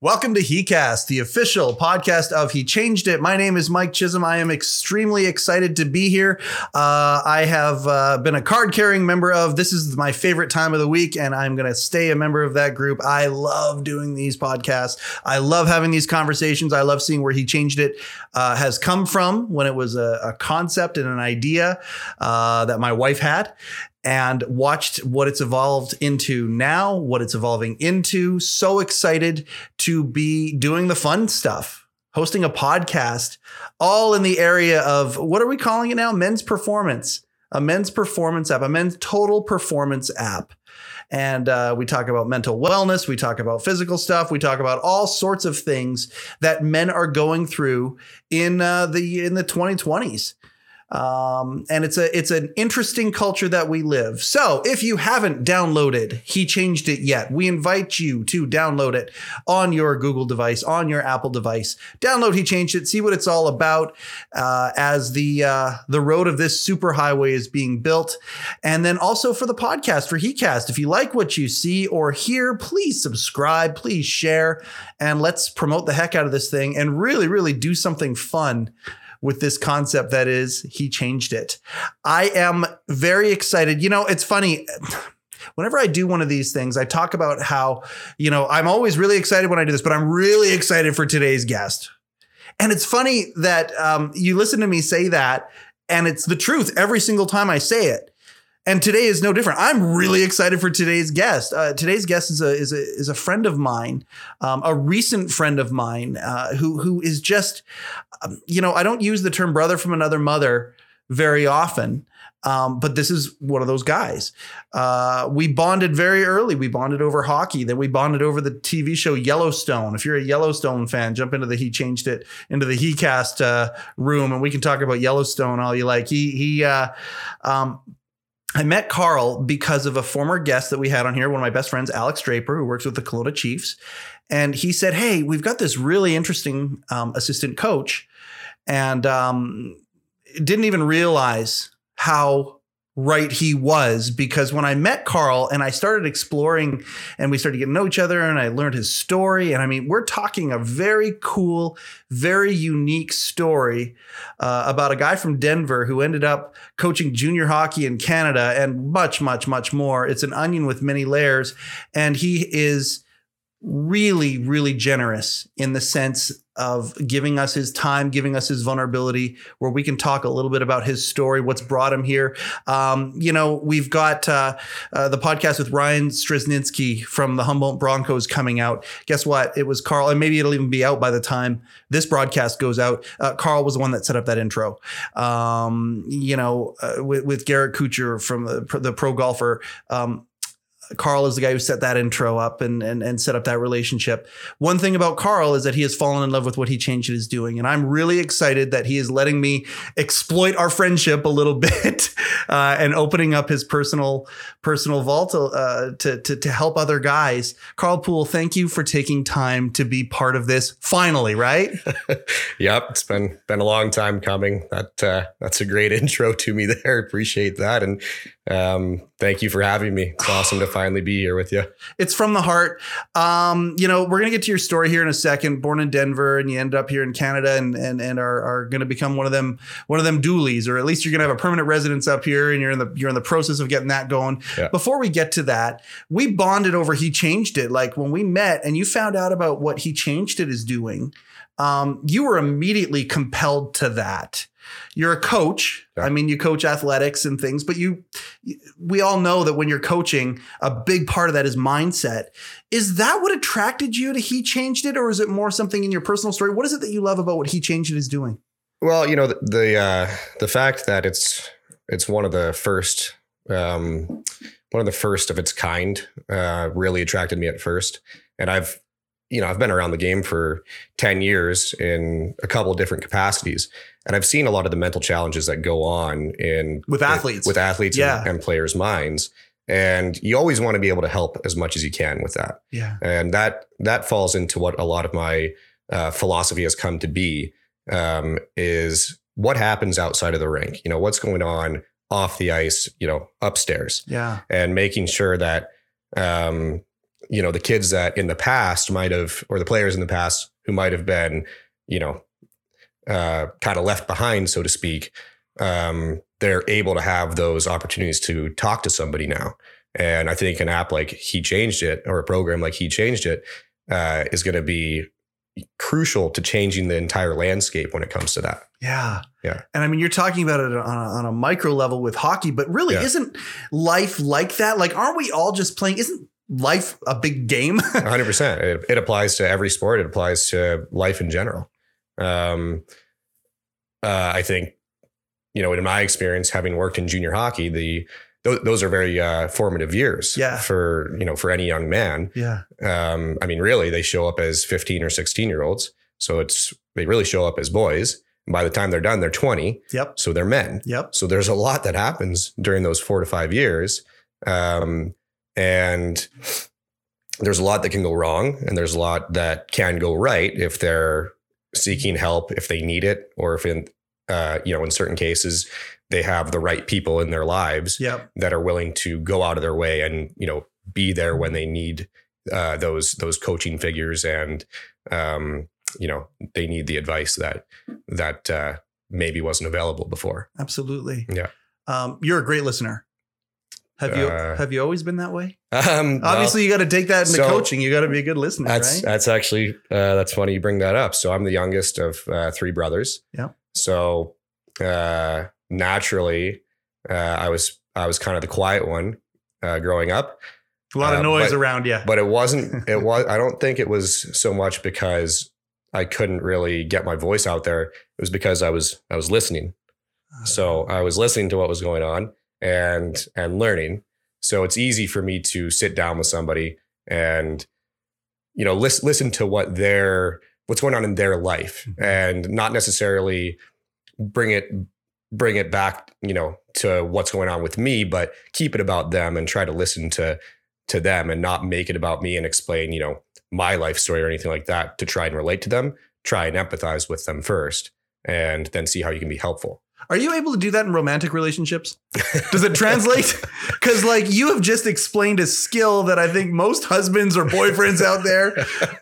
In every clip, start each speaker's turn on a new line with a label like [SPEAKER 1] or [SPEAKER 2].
[SPEAKER 1] Welcome to HeCast, the official podcast of He Changed It. My name is Mike Chisholm. I am extremely excited to be here. Uh, I have uh, been a card carrying member of this is my favorite time of the week, and I'm going to stay a member of that group. I love doing these podcasts. I love having these conversations. I love seeing where He Changed It uh, has come from when it was a, a concept and an idea uh, that my wife had and watched what it's evolved into now, what it's evolving into. So excited to be doing the fun stuff, hosting a podcast, all in the area of what are we calling it now? Men's performance, a men's performance app, a men's total performance app. And uh, we talk about mental wellness, we talk about physical stuff, we talk about all sorts of things that men are going through in uh, the in the 2020s um, and it's a it's an interesting culture that we live. So if you haven't downloaded, he changed it yet. We invite you to download it on your Google device, on your Apple device. Download, he changed it. See what it's all about uh, as the uh, the road of this superhighway is being built, and then also for the podcast for HeCast. If you like what you see or hear, please subscribe, please share, and let's promote the heck out of this thing and really, really do something fun with this concept that is he changed it. I am very excited. You know, it's funny. Whenever I do one of these things, I talk about how, you know, I'm always really excited when I do this, but I'm really excited for today's guest. And it's funny that um, you listen to me say that, and it's the truth every single time I say it. And today is no different. I'm really excited for today's guest. Uh, today's guest is a is a is a friend of mine, um, a recent friend of mine, uh, who who is just, um, you know, I don't use the term brother from another mother very often, um, but this is one of those guys. Uh, we bonded very early. We bonded over hockey. Then we bonded over the TV show Yellowstone. If you're a Yellowstone fan, jump into the He Changed It into the He Cast uh, room, and we can talk about Yellowstone all you like. He he. Uh, um, I met Carl because of a former guest that we had on here, one of my best friends, Alex Draper, who works with the Kelowna Chiefs. And he said, Hey, we've got this really interesting um, assistant coach. And um, didn't even realize how right he was because when I met Carl and I started exploring and we started getting to know each other and I learned his story. And I mean, we're talking a very cool, very unique story uh, about a guy from Denver who ended up coaching junior hockey in Canada and much, much, much more. It's an onion with many layers. And he is really, really generous in the sense of giving us his time, giving us his vulnerability, where we can talk a little bit about his story, what's brought him here. Um, you know, we've got uh, uh, the podcast with Ryan Strzezinski from the Humboldt Broncos coming out. Guess what? It was Carl, and maybe it'll even be out by the time this broadcast goes out. Uh, Carl was the one that set up that intro. Um, you know, uh, with, with Garrett Kuchar from the, the pro golfer. Um, Carl is the guy who set that intro up and, and and set up that relationship. One thing about Carl is that he has fallen in love with what he changed it is doing, and I'm really excited that he is letting me exploit our friendship a little bit uh, and opening up his personal personal vault uh, to, to to help other guys. Carl Poole, thank you for taking time to be part of this. Finally, right?
[SPEAKER 2] Yep, it's been been a long time coming. That uh, that's a great intro to me there. Appreciate that, and um, thank you for having me. It's awesome to finally be here with you.
[SPEAKER 1] It's from the heart. Um, you know, we're gonna get to your story here in a second. Born in Denver, and you end up here in Canada, and and and are are gonna become one of them one of them doolies, or at least you're gonna have a permanent residence up here, and you're in the you're in the process of getting that going.
[SPEAKER 2] Yeah.
[SPEAKER 1] Before we get to that, we bonded over he changed it. Like when we met, and you found out about what he changed it is doing. Um, you were immediately compelled to that. You're a coach.
[SPEAKER 2] Yeah.
[SPEAKER 1] I mean, you coach athletics and things, but you we all know that when you're coaching, a big part of that is mindset. Is that what attracted you to He Changed It, or is it more something in your personal story? What is it that you love about what He Changed It is doing?
[SPEAKER 2] Well, you know the the, uh, the fact that it's it's one of the first um, one of the first of its kind uh, really attracted me at first, and I've you know I've been around the game for ten years in a couple of different capacities, and I've seen a lot of the mental challenges that go on in
[SPEAKER 1] With athletes.
[SPEAKER 2] with athletes
[SPEAKER 1] Yeah.
[SPEAKER 2] and, and players' minds, and you always want to be able to help as much as you can with that.
[SPEAKER 1] Yeah.
[SPEAKER 2] and that that falls into what a lot of my uh, philosophy has come to be um, is what happens outside of the rink you know what's going on off the ice you know upstairs
[SPEAKER 1] Yeah.
[SPEAKER 2] and making sure that um, you know the kids that in the past might have or the players in the past who might have been you know uh, kind of left behind so to speak um, they're able to have those opportunities to talk to somebody now and i think an app like he changed it or a program like he changed it uh, is going to be crucial to changing the entire landscape when it comes to that
[SPEAKER 1] Yeah.
[SPEAKER 2] Yeah.
[SPEAKER 1] And I mean, you're talking about it on a, on a micro level with hockey, but really,
[SPEAKER 2] Yeah.
[SPEAKER 1] isn't life like that? Like, aren't we all just playing? Isn't life a big game?
[SPEAKER 2] 100% it, it applies to every sport it applies to life in general um, uh, i think you know in my experience having worked in junior hockey the those, those are very uh, formative years
[SPEAKER 1] Yeah.
[SPEAKER 2] for you know for any young man
[SPEAKER 1] yeah.
[SPEAKER 2] um, i mean really they show up as 15 or 16 year olds so it's they really show up as boys and by the time they're done they're 20
[SPEAKER 1] Yep.
[SPEAKER 2] so they're men
[SPEAKER 1] Yep.
[SPEAKER 2] so there's a lot that happens during those four to five years. Um, and there's a lot that can go wrong, and there's a lot that can go right if they're seeking help, if they need it, or if in uh, you know, in certain cases, they have the right people in their lives
[SPEAKER 1] Yep.
[SPEAKER 2] that are willing to go out of their way and you know be there when they need uh, those those coaching figures and um, you know they need the advice that that uh, maybe wasn't available before.
[SPEAKER 1] Absolutely.
[SPEAKER 2] Yeah.
[SPEAKER 1] Um, you're a great listener. Have you
[SPEAKER 2] Uh,
[SPEAKER 1] have you always been that way?
[SPEAKER 2] Um,
[SPEAKER 1] Obviously, you got to take that into
[SPEAKER 2] so-
[SPEAKER 1] coaching. You got to be a good listener,
[SPEAKER 2] well, that's
[SPEAKER 1] right?
[SPEAKER 2] that's actually uh, that's funny you bring that up. So I'm the youngest of uh, three brothers.
[SPEAKER 1] Yeah.
[SPEAKER 2] So uh, naturally, uh, I was I was kind of the quiet one uh, growing up,
[SPEAKER 1] a lot of
[SPEAKER 2] uh,
[SPEAKER 1] noise
[SPEAKER 2] but-
[SPEAKER 1] around you.
[SPEAKER 2] but it wasn't. It was. I don't think it was so much because I couldn't really get my voice out there. It was because I was I was listening. So I was listening to what was going on and and learning. So it's easy for me to sit down with somebody and you know listen listen to what their what's going on in their life
[SPEAKER 1] Mhm.
[SPEAKER 2] and not necessarily bring it bring it back you know to what's going on with me but keep it about them and try to listen to to them and not make it about me and explain you know my life story or anything like that to try and relate to them try and empathize with them first and then see how you can be helpful
[SPEAKER 1] Are you able to do that in romantic relationships? Does it translate? Because like you have just explained a skill that I think most husbands or boyfriends out there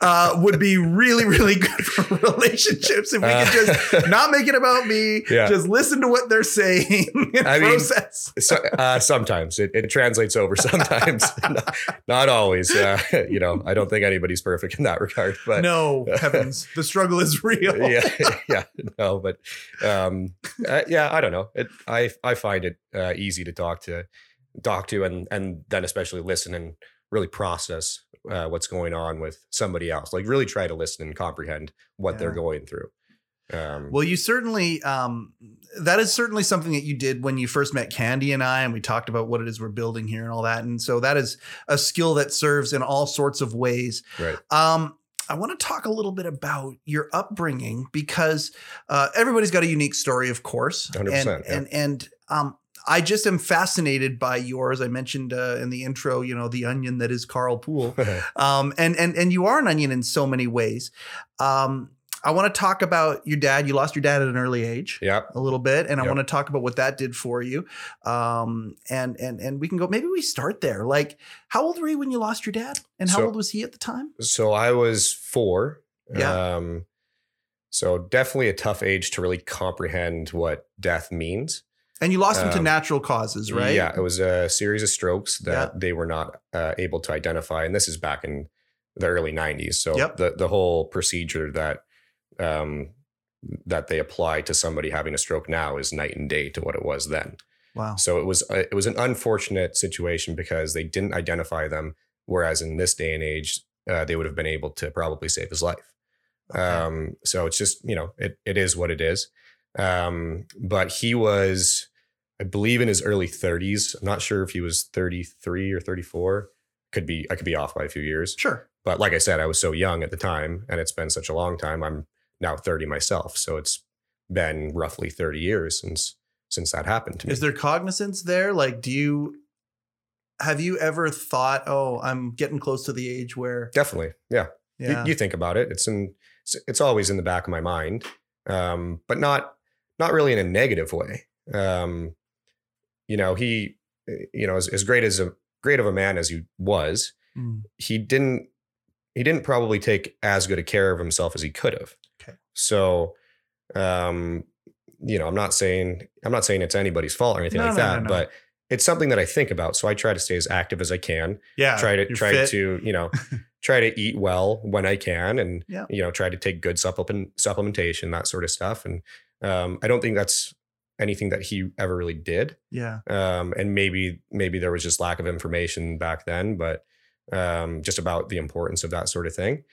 [SPEAKER 1] uh, would be really, really good for relationships if we
[SPEAKER 2] Uh,
[SPEAKER 1] could just not make it about me.
[SPEAKER 2] Yeah.
[SPEAKER 1] Just listen to what they're saying. And
[SPEAKER 2] I mean-
[SPEAKER 1] process.
[SPEAKER 2] so, uh, sometimes it, it translates over sometimes not, not always uh, you know i don't think anybody's perfect in that regard but
[SPEAKER 1] no heavens, the struggle is real.
[SPEAKER 2] yeah yeah no but um uh, yeah i don't know it i i find it uh, easy to talk to talk to and and then especially listen and really process uh, what's going on with somebody else like really try to listen and comprehend what they're
[SPEAKER 1] Yeah.
[SPEAKER 2] going through um
[SPEAKER 1] Well, you certainly, um, that is certainly something that you did when you first met Candy and I, and we talked about what it is we're building here and all that. And so that is a skill that serves in all sorts of ways.
[SPEAKER 2] Right.
[SPEAKER 1] Um, I want to talk a little bit about your upbringing because uh, everybody's got a unique story, of course.
[SPEAKER 2] 100%,
[SPEAKER 1] And,
[SPEAKER 2] yeah.
[SPEAKER 1] and, and, um, I just am fascinated by yours. I mentioned uh, in the intro, you know, the onion that is Carl Poole um, and and and you are an onion in so many ways. Um, I want to talk about your dad. You lost your dad at an early age,
[SPEAKER 2] yeah
[SPEAKER 1] a little bit, and I
[SPEAKER 2] Yep.
[SPEAKER 1] want to talk about what that did for you. Um, and and and we can go. Maybe we start there. Like, how old were you when you lost your dad, and how
[SPEAKER 2] So-
[SPEAKER 1] old was he at the time?
[SPEAKER 2] so I was four.
[SPEAKER 1] Yeah.
[SPEAKER 2] Um, so definitely a tough age to really comprehend what death means.
[SPEAKER 1] And you lost him to
[SPEAKER 2] Um,
[SPEAKER 1] natural causes, right?
[SPEAKER 2] Yeah, it was a series of strokes that they were not uh, able to identify, and this is back in the early '90s. So
[SPEAKER 1] Yep.
[SPEAKER 2] the the whole procedure that um, that they apply to somebody having a stroke now is night and day to what it was then.
[SPEAKER 1] Wow.
[SPEAKER 2] So it was uh, it was an unfortunate situation because they didn't identify them. Whereas in this day and age, uh, they would have been able to probably save his life. Um, so it's just you know it it is what it is. Um, but he was, I believe, in his early 30s. I'm not sure if he was 33 or 34. Could be I could be off by a few years.
[SPEAKER 1] sure.
[SPEAKER 2] But like I said, I was so young at the time, and it's been such a long time. I'm now 30 myself, so it's been roughly 30 years since since that happened to me.
[SPEAKER 1] Is there cognizance there? Like, do you? Have you ever thought, oh, I'm getting close to the age where,
[SPEAKER 2] Definitely, yeah. You-
[SPEAKER 1] yeah,
[SPEAKER 2] You, think about it. It's in. It's, it's always in the back of my mind, um, but not not really in a negative way. Um, eh, you know, he, you know, as, as great as a great of a man as he was,
[SPEAKER 1] Mm.
[SPEAKER 2] he didn't he didn't probably take as good a care of himself as he could have.
[SPEAKER 1] Okay.
[SPEAKER 2] So um you know, I'm not saying I'm not saying it's anybody's fault or anything
[SPEAKER 1] No,
[SPEAKER 2] like
[SPEAKER 1] no, no,
[SPEAKER 2] that,
[SPEAKER 1] no.
[SPEAKER 2] but it's something that I think about. So I try to stay as active as I can.
[SPEAKER 1] Yeah.
[SPEAKER 2] try to
[SPEAKER 1] you're
[SPEAKER 2] try
[SPEAKER 1] Uh, fit.
[SPEAKER 2] to, you know, try to eat well when I can and
[SPEAKER 1] Yeah.
[SPEAKER 2] you know, try to take good supplement supplementation, that sort of stuff. And um I don't think that's anything that he ever really did
[SPEAKER 1] Yeah.
[SPEAKER 2] um, and maybe maybe there was just lack of information back then, but um, just about the importance of that sort of thing.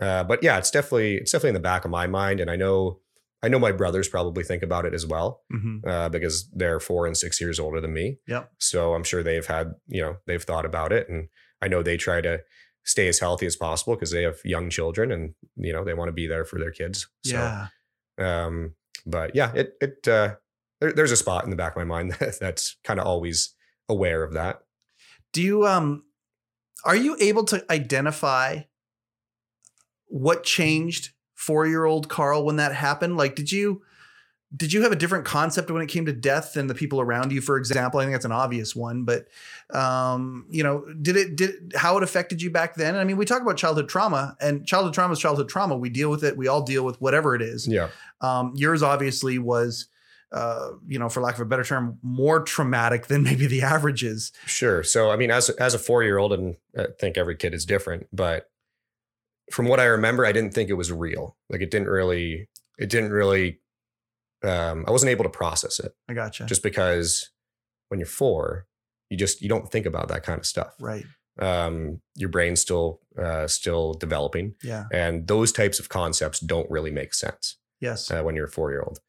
[SPEAKER 2] Uh, but yeah, it's definitely it's definitely in the back of my mind, and I know I know my brothers probably think about it as well
[SPEAKER 1] hmm
[SPEAKER 2] uh, because they're four and six years older than me.
[SPEAKER 1] Yep.
[SPEAKER 2] So I'm sure they've had you know they've thought about it, and I know they try to stay as healthy as possible because they have young children, and you know they want to be there for their kids. So,
[SPEAKER 1] Yeah.
[SPEAKER 2] um, but yeah, it it uh, there, there's a spot in the back of my mind that's kind of always aware of that.
[SPEAKER 1] Do you um are you able to identify what changed four year old Carl when that happened? Like did you did you have a different concept when it came to death than the people around you, for example? I think that's an obvious one, but um, you know, did it did how it affected you back then? I mean, we talk about childhood trauma, and childhood trauma is childhood trauma. We deal with it, we all deal with whatever it is.
[SPEAKER 2] Yeah,
[SPEAKER 1] Um, yours obviously was, uh, you know, for lack of a better term, more traumatic than maybe the average is.
[SPEAKER 2] sure. So I mean, as as a four year old, and I think every kid is different, but from what I remember, I didn't think it was real. Like it didn't really, it didn't really. Um, I wasn't able to process it
[SPEAKER 1] I gotcha.
[SPEAKER 2] just because when you're four, you just you don't think about that kind of stuff.
[SPEAKER 1] right.
[SPEAKER 2] Um, your brain's still uh, still developing,
[SPEAKER 1] Yeah.
[SPEAKER 2] and those types of concepts don't really make sense.
[SPEAKER 1] Yes.
[SPEAKER 2] uh, when you're a four year old.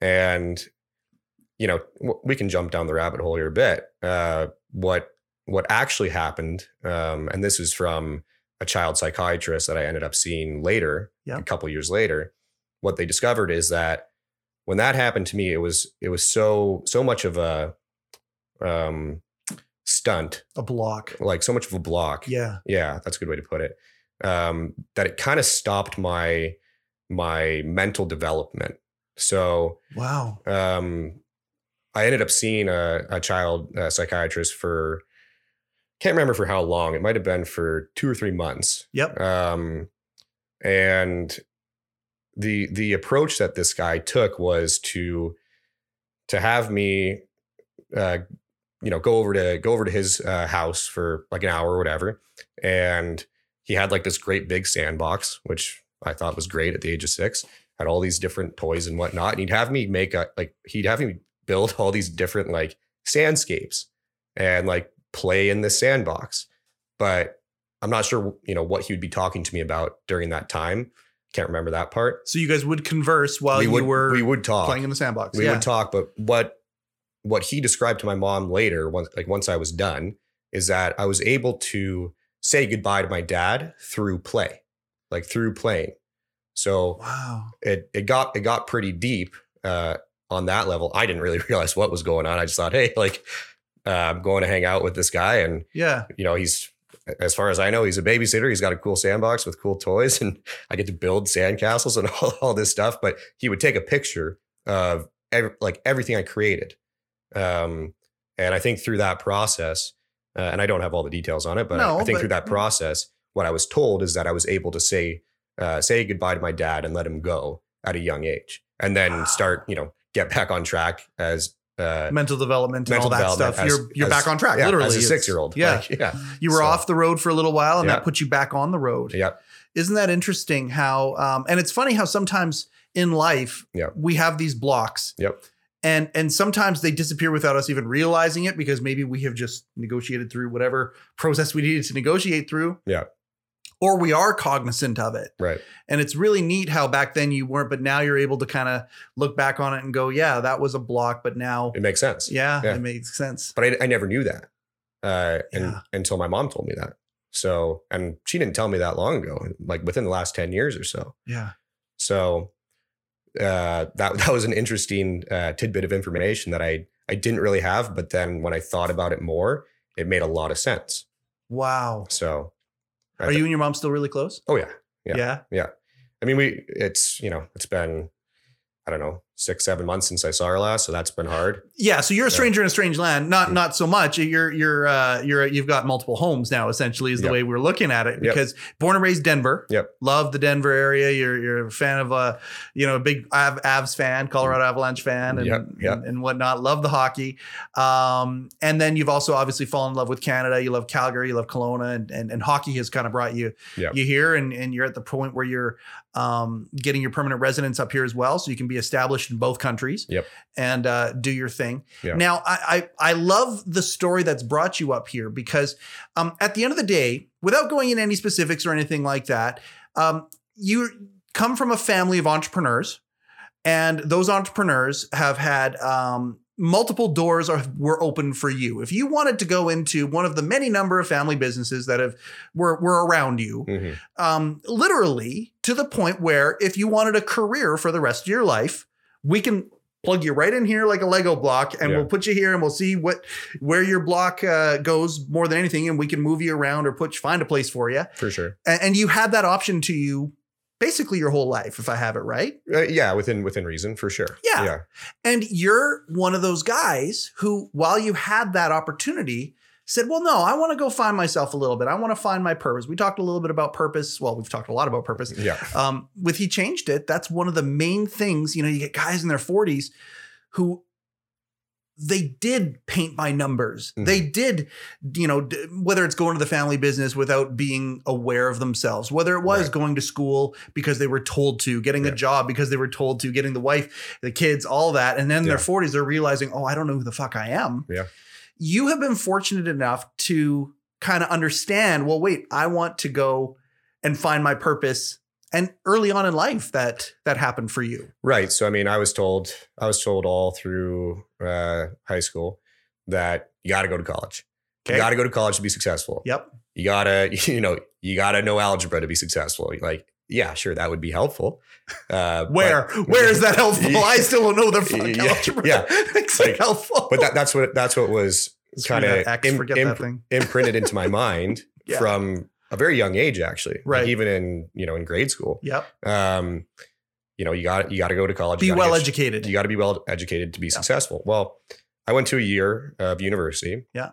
[SPEAKER 2] And you know, w- we can jump down the rabbit hole here a bit. Uh, what what actually happened? Um, and this is from a child psychiatrist that I ended up seeing later,
[SPEAKER 1] Yeah.
[SPEAKER 2] a couple years later. What they discovered is that when that happened to me, it was it was so so much of a um, stunt,
[SPEAKER 1] a block.
[SPEAKER 2] like so much of a block
[SPEAKER 1] Yeah.
[SPEAKER 2] yeah that's a good way to put it um, that it kind of stopped my my mental development so
[SPEAKER 1] Wow.
[SPEAKER 2] um, i ended up seeing a, a child uh psychiatrist for can't remember for how long it might have been for two or three months
[SPEAKER 1] Yep.
[SPEAKER 2] um, and the the approach that this guy took was to to have me uh, you know go over to go over to his uh, house for like an hour or whatever and he had like this great big sandbox which i thought was great at the age of six had all these different toys and whatnot and he'd have me make a like he'd have me build all these different like sandscapes and like play in this sandbox but i'm not sure you know what he would be talking to me about during that time can't remember that part
[SPEAKER 1] So you guys would converse while
[SPEAKER 2] we
[SPEAKER 1] you
[SPEAKER 2] would
[SPEAKER 1] were
[SPEAKER 2] we would talk
[SPEAKER 1] playing in the sandbox.
[SPEAKER 2] we
[SPEAKER 1] yeah.
[SPEAKER 2] would talk but what what he described to my mom later once like once i was done is that i was able to say goodbye to my dad through play like through playing so
[SPEAKER 1] wow.
[SPEAKER 2] it it got it got pretty deep uh on that level i didn't really realize what was going on i just thought hey like uh, i'm going to hang out with this guy and
[SPEAKER 1] Yeah.
[SPEAKER 2] you know he's as far as i know he's a babysitter he's got a cool sandbox with cool toys and i get to build sandcastles and all, all this stuff but he would take a picture of ev- like everything i created um, and i think through that process uh, and i don't have all the details on it but I-
[SPEAKER 1] No,
[SPEAKER 2] i think
[SPEAKER 1] but- mm.
[SPEAKER 2] through that process what i was told is that i was able to say uh, say goodbye to my dad and let him go at a young age and then
[SPEAKER 1] Wow.
[SPEAKER 2] start you know get back on track as uh,
[SPEAKER 1] Mental development and
[SPEAKER 2] mental
[SPEAKER 1] all that
[SPEAKER 2] development
[SPEAKER 1] stuff.
[SPEAKER 2] as-
[SPEAKER 1] you're you're
[SPEAKER 2] as-
[SPEAKER 1] back on track.
[SPEAKER 2] yeah,
[SPEAKER 1] literally.
[SPEAKER 2] as a
[SPEAKER 1] It's-
[SPEAKER 2] six year old
[SPEAKER 1] Yeah.
[SPEAKER 2] yeah
[SPEAKER 1] you were
[SPEAKER 2] so-
[SPEAKER 1] off the road for a little while and
[SPEAKER 2] Yeah.
[SPEAKER 1] that put you back on the road.
[SPEAKER 2] yeah
[SPEAKER 1] Isn't that interesting how um and it's funny how sometimes in life
[SPEAKER 2] Yeah.
[SPEAKER 1] we have these blocks.
[SPEAKER 2] Yep.
[SPEAKER 1] And and sometimes they disappear without us even realizing it because maybe we have just negotiated through whatever process we needed to negotiate through.
[SPEAKER 2] Yeah.
[SPEAKER 1] Or we are cognizant of it.
[SPEAKER 2] right
[SPEAKER 1] And it's really neat how back then you weren't, but now you're able to kind of look back on it and go, yeah, that was a block, but now,
[SPEAKER 2] it makes sense
[SPEAKER 1] yeah,
[SPEAKER 2] Yeah.
[SPEAKER 1] it makes sense.
[SPEAKER 2] but I, I never knew that uh, and,
[SPEAKER 1] Yeah.
[SPEAKER 2] until my mom told me that. So, and she didn't tell me that long ago, like within the last 10 years or so.
[SPEAKER 1] Yeah.
[SPEAKER 2] So, uh, that, that was an interesting uh, tidbit of information that I, I didn't really have. But then when I thought about it more, it made a lot of sense.
[SPEAKER 1] Wow.
[SPEAKER 2] So, I
[SPEAKER 1] Are you and your mom still really close?
[SPEAKER 2] oh, yeah. Yeah.
[SPEAKER 1] Yeah.
[SPEAKER 2] I mean, we, it's, you know, it's been, I don't know, six, seven months since I saw her last, so that's been hard.
[SPEAKER 1] Yeah, so you're a
[SPEAKER 2] Yeah.
[SPEAKER 1] stranger in a strange land. Not
[SPEAKER 2] Mhm.
[SPEAKER 1] not so much. You're you're uh, you're you've got multiple homes now. Essentially, is the
[SPEAKER 2] Yep.
[SPEAKER 1] way we're looking at it.
[SPEAKER 2] Yep.
[SPEAKER 1] Because born and raised Denver.
[SPEAKER 2] Yep.
[SPEAKER 1] Love the Denver area. You're you're a fan of a you know a big Av- Avs fan, Colorado Avalanche fan, and
[SPEAKER 2] Yep, yep.
[SPEAKER 1] And, and whatnot. Love the hockey. Um, and then you've also obviously fallen in love with Canada. You love Calgary. You love Kelowna, and and, and hockey has kind of brought you
[SPEAKER 2] Yep.
[SPEAKER 1] you here, and and you're at the point where you're um, getting your permanent residence up here as well, so you can be established in both countries and uh, do your thing.
[SPEAKER 2] Yeah.
[SPEAKER 1] Now, I, I I love the story that's brought you up here because um, at the end of the day, without going into any specifics or anything like that, um, you come from a family of entrepreneurs, and those entrepreneurs have had. Um, multiple doors are, were open for you if you wanted to go into one of the many number of family businesses that have were, were around you
[SPEAKER 2] hmm
[SPEAKER 1] um, literally to the point where if you wanted a career for the rest of your life, we can plug you right in here like a Lego block, and
[SPEAKER 2] Yeah.
[SPEAKER 1] we'll put you here, and we'll see what where your block uh, goes more than anything, and we can move you around or put find a place for you.
[SPEAKER 2] For sure.
[SPEAKER 1] And, and you had that option to you basically your whole life, if I have it right.
[SPEAKER 2] Uh, yeah, within within reason, for sure.
[SPEAKER 1] Yeah.
[SPEAKER 2] Yeah.
[SPEAKER 1] And you're one of those guys who, while you had that opportunity, said, Well, no, I want to go find myself a little bit. I want to find my purpose. We talked a little bit about purpose. Well, we've talked a lot about purpose.
[SPEAKER 2] Yeah.
[SPEAKER 1] um, with he changed it that's one of the main things you know you get guys in their 40s who they did paint by numbers
[SPEAKER 2] Mhm.
[SPEAKER 1] they did you know d- whether it's going to the family business without being aware of themselves whether it was
[SPEAKER 2] Right.
[SPEAKER 1] going to school because they were told to getting a
[SPEAKER 2] Yeah.
[SPEAKER 1] job because they were told to getting the wife the kids all that and then in their
[SPEAKER 2] Yeah.
[SPEAKER 1] 40s they're realizing oh i don't know who the fuck i am
[SPEAKER 2] Yeah.
[SPEAKER 1] you have been fortunate enough to kind of understand well wait i want to go and find my purpose and early on in life that that happened for you
[SPEAKER 2] Right. So I mean, I was told I was told all through uh, high school that you got to go to college. You got to go to college to be successful.
[SPEAKER 1] yep
[SPEAKER 2] You gotta, you know, you gotta know algebra to be successful. Like, yeah, sure, that would be helpful. Uh, but-
[SPEAKER 1] where where is that helpful
[SPEAKER 2] Yeah.
[SPEAKER 1] i still don't know the fuck
[SPEAKER 2] Yeah.
[SPEAKER 1] algebra
[SPEAKER 2] Yeah.
[SPEAKER 1] it's
[SPEAKER 2] Like,
[SPEAKER 1] like, helpful
[SPEAKER 2] But, that, that's what that's what was
[SPEAKER 1] Screw
[SPEAKER 2] kinda
[SPEAKER 1] that X,
[SPEAKER 2] im-
[SPEAKER 1] forget
[SPEAKER 2] im-
[SPEAKER 1] that thing
[SPEAKER 2] imprinted into my mind
[SPEAKER 1] Yeah.
[SPEAKER 2] from a very young age, actually. Like,
[SPEAKER 1] Right.
[SPEAKER 2] even in you know in grade school,
[SPEAKER 1] yep
[SPEAKER 2] um, you know, you got you got to go to college.
[SPEAKER 1] be
[SPEAKER 2] you gotta
[SPEAKER 1] well
[SPEAKER 2] get-
[SPEAKER 1] educated
[SPEAKER 2] You got to be well educated to be
[SPEAKER 1] Yeah.
[SPEAKER 2] successful. Well, I went to a year of university.
[SPEAKER 1] Yeah.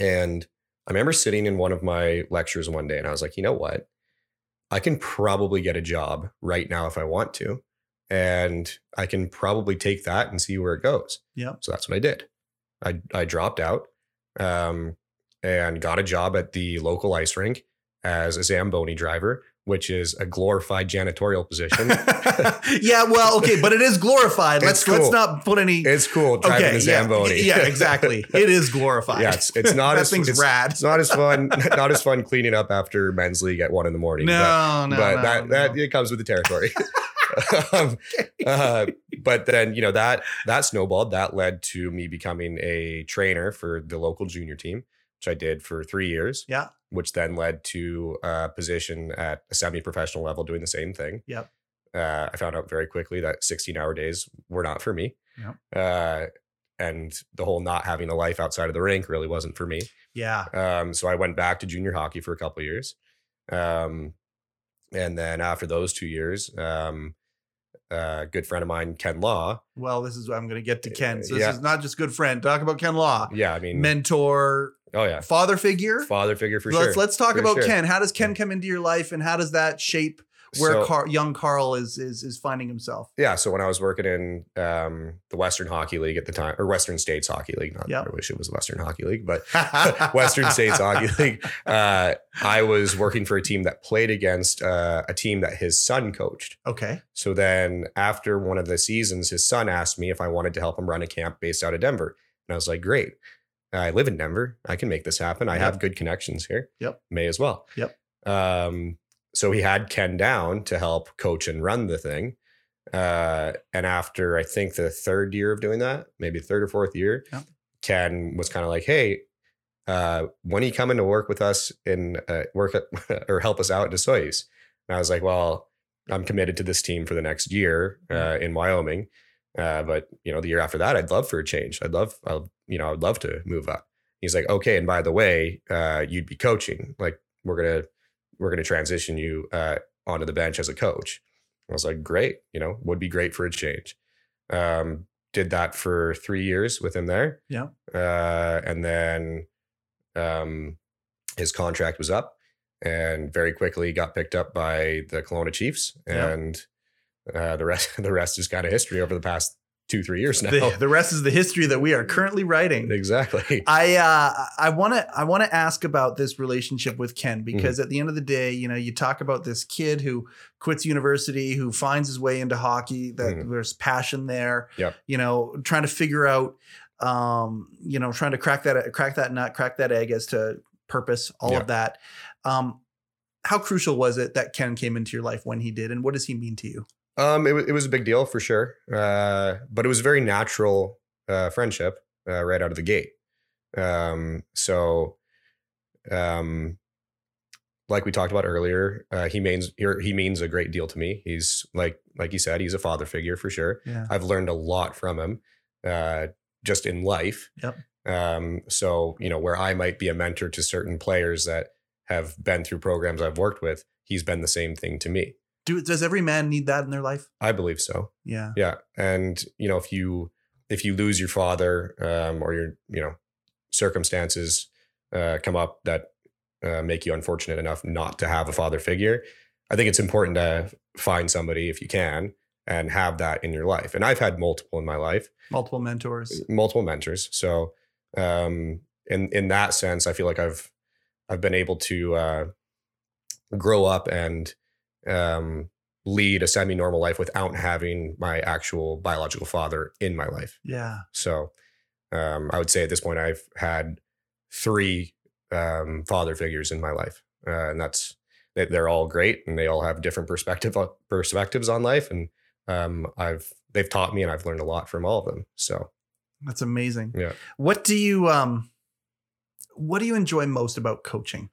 [SPEAKER 2] And I remember sitting in one of my lectures one day and I was like, you know what? I can probably get a job right now if I want to. And I can probably take that and see where it goes.
[SPEAKER 1] Yeah.
[SPEAKER 2] So that's what I did. I, I dropped out um, and got a job at the local ice rink as a Zamboni driver, which is a glorified janitorial position.
[SPEAKER 1] yeah well okay but it is glorified
[SPEAKER 2] It's
[SPEAKER 1] let's let's
[SPEAKER 2] cool.
[SPEAKER 1] not put any
[SPEAKER 2] it's cool driving
[SPEAKER 1] okay
[SPEAKER 2] the
[SPEAKER 1] yeah,
[SPEAKER 2] Zamboni.
[SPEAKER 1] yeah exactly it is glorified
[SPEAKER 2] Yeah, it's, it's not
[SPEAKER 1] that
[SPEAKER 2] as
[SPEAKER 1] thing's
[SPEAKER 2] it's,
[SPEAKER 1] rad
[SPEAKER 2] it's not as fun. Not as fun cleaning up after men's league at one in the morning.
[SPEAKER 1] no
[SPEAKER 2] but,
[SPEAKER 1] no
[SPEAKER 2] but
[SPEAKER 1] no,
[SPEAKER 2] that that
[SPEAKER 1] no.
[SPEAKER 2] it comes with the territory. um, uh, but then you know that that snowballed. That led to me becoming a trainer for the local junior team, which I did for three years.
[SPEAKER 1] Yeah.
[SPEAKER 2] Which then led to a position at a semi-professional level doing the same thing.
[SPEAKER 1] Yep.
[SPEAKER 2] Uh, I found out very quickly that 16-hour days were not for me.
[SPEAKER 1] Yep.
[SPEAKER 2] Uh, and the whole not having a life outside of the rink really wasn't for me.
[SPEAKER 1] yeah
[SPEAKER 2] Um, so I went back to junior hockey for a couple of years. Um, and then after those two years, um, a good friend of mine, Ken Law.
[SPEAKER 1] well this is i'm gonna get to ken so this
[SPEAKER 2] Uh, Yeah.
[SPEAKER 1] is not just good friend talk about ken law
[SPEAKER 2] Yeah, I mean,
[SPEAKER 1] mentor
[SPEAKER 2] oh yeah,
[SPEAKER 1] father figure
[SPEAKER 2] father figure for
[SPEAKER 1] let's
[SPEAKER 2] sure.
[SPEAKER 1] let's talk
[SPEAKER 2] For
[SPEAKER 1] about
[SPEAKER 2] sure.
[SPEAKER 1] Ken. How does Ken come into your life, and how does that shape where
[SPEAKER 2] So-
[SPEAKER 1] Car- young Carl is is is finding himself?
[SPEAKER 2] yeah, so when I was working in um, the Western Hockey League at the time, or Western States Hockey League, not
[SPEAKER 1] Yep.
[SPEAKER 2] I wish it was Western Hockey League, but Western States Hockey League. Uh, I was working for a team that played against uh, a team that his son coached.
[SPEAKER 1] Okay.
[SPEAKER 2] So then after one of the seasons, his son asked me if I wanted to help him run a camp based out of Denver. And I was like, great. I live in Denver. I can make this happen. I have good connections here.
[SPEAKER 1] Yep.
[SPEAKER 2] May as well.
[SPEAKER 1] Yep.
[SPEAKER 2] Um, so he had Ken down to help coach and run the thing. Uh, and after I think the third year of doing that, maybe third or fourth year,
[SPEAKER 1] Yep.
[SPEAKER 2] Ken was kind of like, hey, uh, when are you coming to work with us in uh, work at- or help us out at Soyuz? And I was like, well, I'm committed to this team for the next year uh, in Wyoming. Uh, but you know, the year after that, I'd love for a change. I'd love, I'll, you know, I'd love to move up. He's like, okay, and by the way, uh, you'd be coaching. Like we're gonna, we're gonna transition you uh, onto the bench as a coach. I was like, great. You know, would be great for a change. Um, did that for three years within there.
[SPEAKER 1] Yeah.
[SPEAKER 2] Uh, and then um, his contract was up and very quickly got picked up by the Kelowna Chiefs.
[SPEAKER 1] Yeah.
[SPEAKER 2] And uh, the rest the rest is kind of history over the past two, three years now.
[SPEAKER 1] The, the rest is the history that we are currently writing.
[SPEAKER 2] exactly.
[SPEAKER 1] I uh, I want to I want to ask about this relationship with Ken
[SPEAKER 2] Mm-hmm.
[SPEAKER 1] because at the end of the day, you know, you talk about this kid who quits university, who finds his way into hockey. That
[SPEAKER 2] Mhm.
[SPEAKER 1] there's passion there.
[SPEAKER 2] Yep.
[SPEAKER 1] You know, trying to figure out, um, you know, trying to crack that crack that nut, crack that egg as to purpose, all
[SPEAKER 2] Yep.
[SPEAKER 1] of that. Um, how crucial was it that Ken came into your life when he did, and what does he mean to you?
[SPEAKER 2] Um, it, wa- it was a big deal for sure, uh, but it was a very natural uh, friendship uh, right out of the gate. Um, so, um, like we talked about earlier, uh, he means he he means a great deal to me. He's like like you said, he's a father figure for sure.
[SPEAKER 1] Yeah.
[SPEAKER 2] I've learned a lot from him, uh, just in life.
[SPEAKER 1] Yep.
[SPEAKER 2] Um, so you know where I might be a mentor to certain players that have been through programs I've worked with, he's been the same thing to me.
[SPEAKER 1] Do does every man need that in their life?
[SPEAKER 2] I believe so.
[SPEAKER 1] Yeah.
[SPEAKER 2] Yeah, and you know if you if you lose your father um, or your you know circumstances uh, come up that uh, make you unfortunate enough not to have a father figure, I think it's important to find somebody if you can and have that in your life. And I've had multiple in my life,
[SPEAKER 1] Multiple mentors.
[SPEAKER 2] multiple mentors. So um, in in that sense, I feel like I've I've been able to uh, grow up and um, lead a semi normal life without having my actual biological father in my life.
[SPEAKER 1] Yeah.
[SPEAKER 2] So um, I would say at this point, I've had three um, father figures in my life, uh, and that's they- they're all great and they all have different perspective uh, perspectives on life and um, I've they've taught me and I've learned a lot from all of them. So
[SPEAKER 1] That's amazing.
[SPEAKER 2] Yeah.
[SPEAKER 1] What do you um what do you enjoy most about coaching?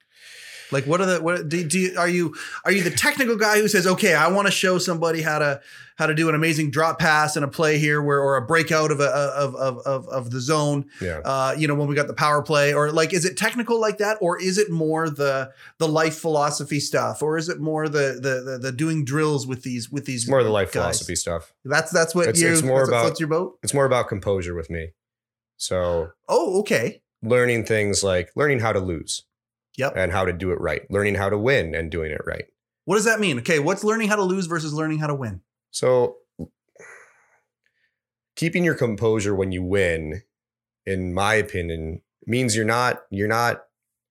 [SPEAKER 1] Like what are the what do, do you are you are you the technical guy who says, "Okay, I want to show somebody how to how to do an amazing drop pass and a play here where or a breakout of a of of of, of the zone,
[SPEAKER 2] yeah.
[SPEAKER 1] uh, you know, when we got the power play or like is it technical like that or is it more the the life philosophy stuff or is it more the the the, the doing drills with these with these
[SPEAKER 2] It's more of the life
[SPEAKER 1] guys?
[SPEAKER 2] philosophy stuff.
[SPEAKER 1] That's that's what
[SPEAKER 2] It's-
[SPEAKER 1] you
[SPEAKER 2] it's more
[SPEAKER 1] that's what
[SPEAKER 2] about-
[SPEAKER 1] floats your boat?
[SPEAKER 2] It's more about composure with me. So
[SPEAKER 1] Oh, okay.
[SPEAKER 2] learning things like learning how to lose.
[SPEAKER 1] Yep.
[SPEAKER 2] And how to do it right. Learning how to win and doing it right.
[SPEAKER 1] What does that mean? Okay, what's learning how to lose versus learning how to win?
[SPEAKER 2] So keeping your composure when you win, in my opinion, means you're not you're not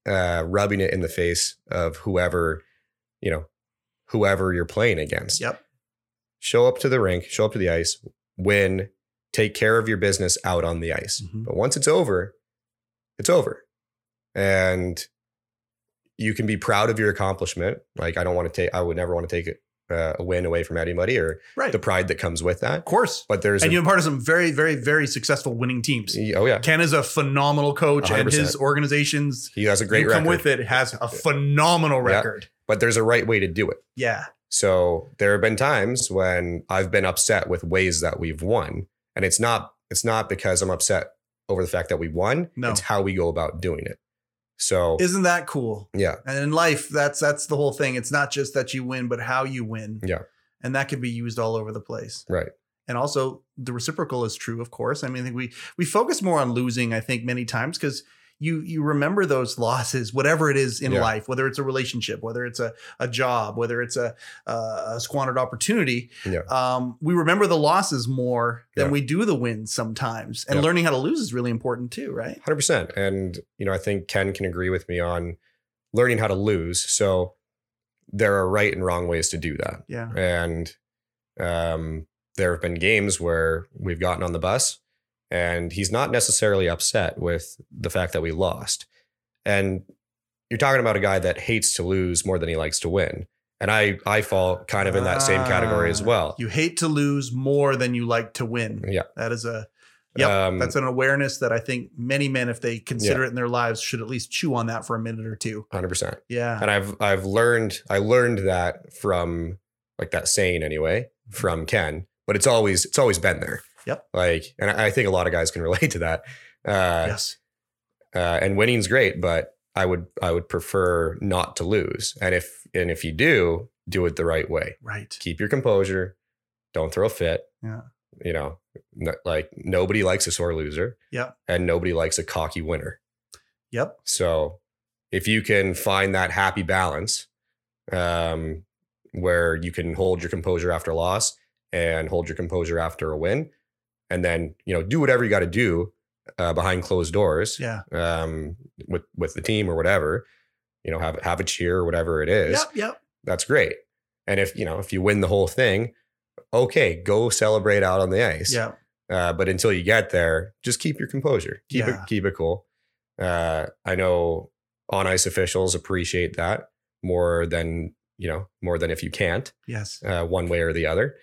[SPEAKER 2] uh, rubbing it in the face of whoever, you know, whoever you're playing against.
[SPEAKER 1] Yep.
[SPEAKER 2] show up to the rink, show up to the ice, win, take care of your business out on the ice.
[SPEAKER 1] Mhm.
[SPEAKER 2] But once it's over, it's over. And you can be proud of your accomplishment. Like I don't want to take I would never want to take uh, a win away from anybody or
[SPEAKER 1] Right.
[SPEAKER 2] the pride that comes with
[SPEAKER 1] of
[SPEAKER 2] that.
[SPEAKER 1] course.
[SPEAKER 2] But there's
[SPEAKER 1] And
[SPEAKER 2] a-
[SPEAKER 1] you're part of some very, very, very successful winning teams.
[SPEAKER 2] oh yeah.
[SPEAKER 1] Ken is a phenomenal coach, and
[SPEAKER 2] 100%.
[SPEAKER 1] his organizations
[SPEAKER 2] He has a great
[SPEAKER 1] you
[SPEAKER 2] record.
[SPEAKER 1] come with it has a phenomenal
[SPEAKER 2] Yeah.
[SPEAKER 1] record.
[SPEAKER 2] But there's a right way to do it.
[SPEAKER 1] Yeah.
[SPEAKER 2] So there have been times when I've been upset with ways that we've won. And it's not it's not because I'm upset over the fact that we won.
[SPEAKER 1] No.
[SPEAKER 2] It's how we go about doing it. So
[SPEAKER 1] Isn't that cool?
[SPEAKER 2] yeah,
[SPEAKER 1] And in life, that's that's the whole thing. It's not just that you win, but how you win.
[SPEAKER 2] Yeah.
[SPEAKER 1] And that could be used all over the place.
[SPEAKER 2] right.
[SPEAKER 1] and also the reciprocal is true of course i mean i think we we focus more on losing i think many times because you you remember those losses whatever it is in
[SPEAKER 2] Yeah.
[SPEAKER 1] life whether it's a relationship whether it's a, a job whether it's a, a squandered opportunity
[SPEAKER 2] Yeah.
[SPEAKER 1] um, we remember the losses more than
[SPEAKER 2] Yeah.
[SPEAKER 1] we do the wins sometimes and
[SPEAKER 2] Yeah.
[SPEAKER 1] learning how to lose is really important too right
[SPEAKER 2] 100%. And you know, I think Ken can agree with me on learning how to lose. So there are right and wrong ways to do that.
[SPEAKER 1] yeah
[SPEAKER 2] And um there have been games where we've gotten on the bus and he's not necessarily upset with the fact that we lost. And you're talking about a guy that hates to lose more than he likes to win. And I I fall kind of in that same category as
[SPEAKER 1] Ah,
[SPEAKER 2] well.
[SPEAKER 1] you hate to lose more than you like to win
[SPEAKER 2] Yeah.
[SPEAKER 1] that is a Yep,
[SPEAKER 2] um,
[SPEAKER 1] That's an awareness that I think many men, if they consider it in their lives, should at least chew on that for a minute or two.
[SPEAKER 2] 100%.
[SPEAKER 1] Yeah.
[SPEAKER 2] and I've I've learned I learned that from like that saying anyway from Ken, but it's always it's always been there.
[SPEAKER 1] Yep.
[SPEAKER 2] Like, and I I think a lot of guys can relate to that. Uh,
[SPEAKER 1] yes.
[SPEAKER 2] uh, and winning's great, but I would I would prefer not to lose. And if and if you do, do it the right way.
[SPEAKER 1] Right.
[SPEAKER 2] Keep your composure. Don't throw a fit.
[SPEAKER 1] Yeah.
[SPEAKER 2] you know, n- like nobody likes a sore loser.
[SPEAKER 1] Yep.
[SPEAKER 2] And nobody likes a cocky winner.
[SPEAKER 1] Yep.
[SPEAKER 2] So if you can find that happy balance um, where you can hold your composure after a loss and hold your composure after a win, and then, you know, do whatever you got to do uh, behind closed doors
[SPEAKER 1] Yeah.
[SPEAKER 2] um, with, with the team or whatever, you know, have, have a cheer or whatever it is
[SPEAKER 1] Yep. Yep.
[SPEAKER 2] that's great. And if you know if you win the whole thing, okay, go celebrate out on the ice.
[SPEAKER 1] Yep.
[SPEAKER 2] Uh, but until you get there, just keep your composure. Keep
[SPEAKER 1] Yeah.
[SPEAKER 2] it keep it cool. Uh, I know on ice officials appreciate that more than you know more than if you can't
[SPEAKER 1] Yes.
[SPEAKER 2] uh, one way or the other,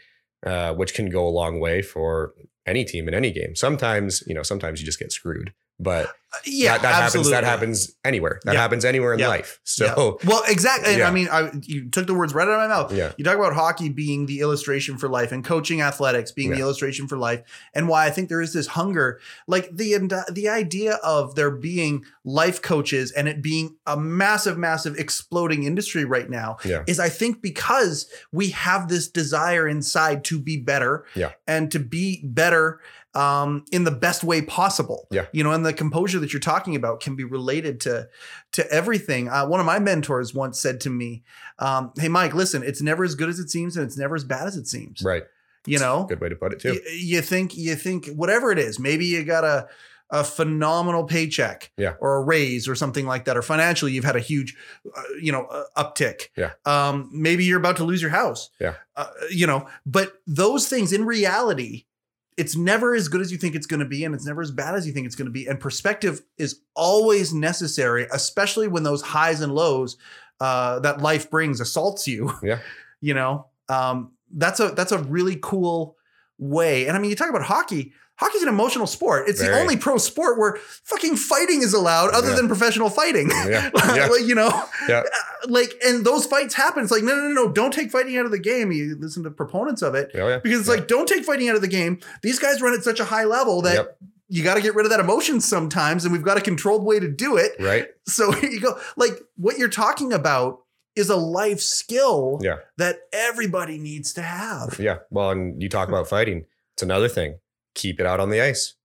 [SPEAKER 2] uh, which can go a long way for any team in any game. Sometimes you know sometimes you just get screwed, but
[SPEAKER 1] Uh, Yeah.
[SPEAKER 2] that, that happens.
[SPEAKER 1] absolutely.
[SPEAKER 2] That happens anywhere. That
[SPEAKER 1] Yeah.
[SPEAKER 2] happens anywhere in
[SPEAKER 1] Yeah.
[SPEAKER 2] life. So
[SPEAKER 1] Yeah. well, exactly. And
[SPEAKER 2] Yeah. Mm.
[SPEAKER 1] I mean, I, you took the words right out of my mouth.
[SPEAKER 2] yeah.
[SPEAKER 1] You talk about hockey being the illustration for life and coaching athletics being the
[SPEAKER 2] Yeah.
[SPEAKER 1] illustration for life and why I think there is this hunger like the uh, the idea of there being life coaches and it being a massive massive exploding industry right now
[SPEAKER 2] Yeah.
[SPEAKER 1] is I think because we have this desire inside to be better
[SPEAKER 2] Yeah.
[SPEAKER 1] and to be better um, in the best way possible.
[SPEAKER 2] Yeah.
[SPEAKER 1] You know, and the composure that you're talking about can be related to to everything. Uh, one of my mentors once said to me, um, "Hey, Mike, listen, it's never as good as it seems, and it's never as bad as it seems.
[SPEAKER 2] Right.
[SPEAKER 1] You know,
[SPEAKER 2] Good way to put it too.
[SPEAKER 1] y- you think you think whatever it is, maybe you got a a phenomenal paycheck,
[SPEAKER 2] Yeah.
[SPEAKER 1] or a raise or something like that, or financially you've had a huge, uh, you know, uh, uptick.
[SPEAKER 2] Yeah.
[SPEAKER 1] Um, maybe you're about to lose your house.
[SPEAKER 2] Yeah.
[SPEAKER 1] Uh, you know, but those things in reality. It's never as good as you think it's going to be, and it's never as bad as you think it's going to be. And perspective is always necessary, especially when those highs and lows uh, that life brings assaults you.
[SPEAKER 2] Yeah.
[SPEAKER 1] you know, um, that's a that's a really cool way. And I mean, you talk about hockey. Hockey's an emotional sport. It's the
[SPEAKER 2] Very.
[SPEAKER 1] only pro sport where fucking fighting is allowed, other
[SPEAKER 2] Yeah.
[SPEAKER 1] than professional fighting.
[SPEAKER 2] Yeah. yeah.
[SPEAKER 1] like, you know, Uh,
[SPEAKER 2] Yeah.
[SPEAKER 1] like, and those fights happen. It's like, no, no, no, no, don't take fighting out of the game. You listen to proponents of it
[SPEAKER 2] Oh, yeah.
[SPEAKER 1] because it's
[SPEAKER 2] Yeah.
[SPEAKER 1] like, don't take fighting out of the game. These guys run at such a high level that
[SPEAKER 2] Yep.
[SPEAKER 1] you got to get rid of that emotion sometimes, and we've got a controlled way to do it.
[SPEAKER 2] Right.
[SPEAKER 1] So here you go. Like what you're talking about is a life skill
[SPEAKER 2] Yeah.
[SPEAKER 1] that everybody needs to have.
[SPEAKER 2] Yeah. Well, and you talk about fighting. It's another thing. Keep it out on the ice,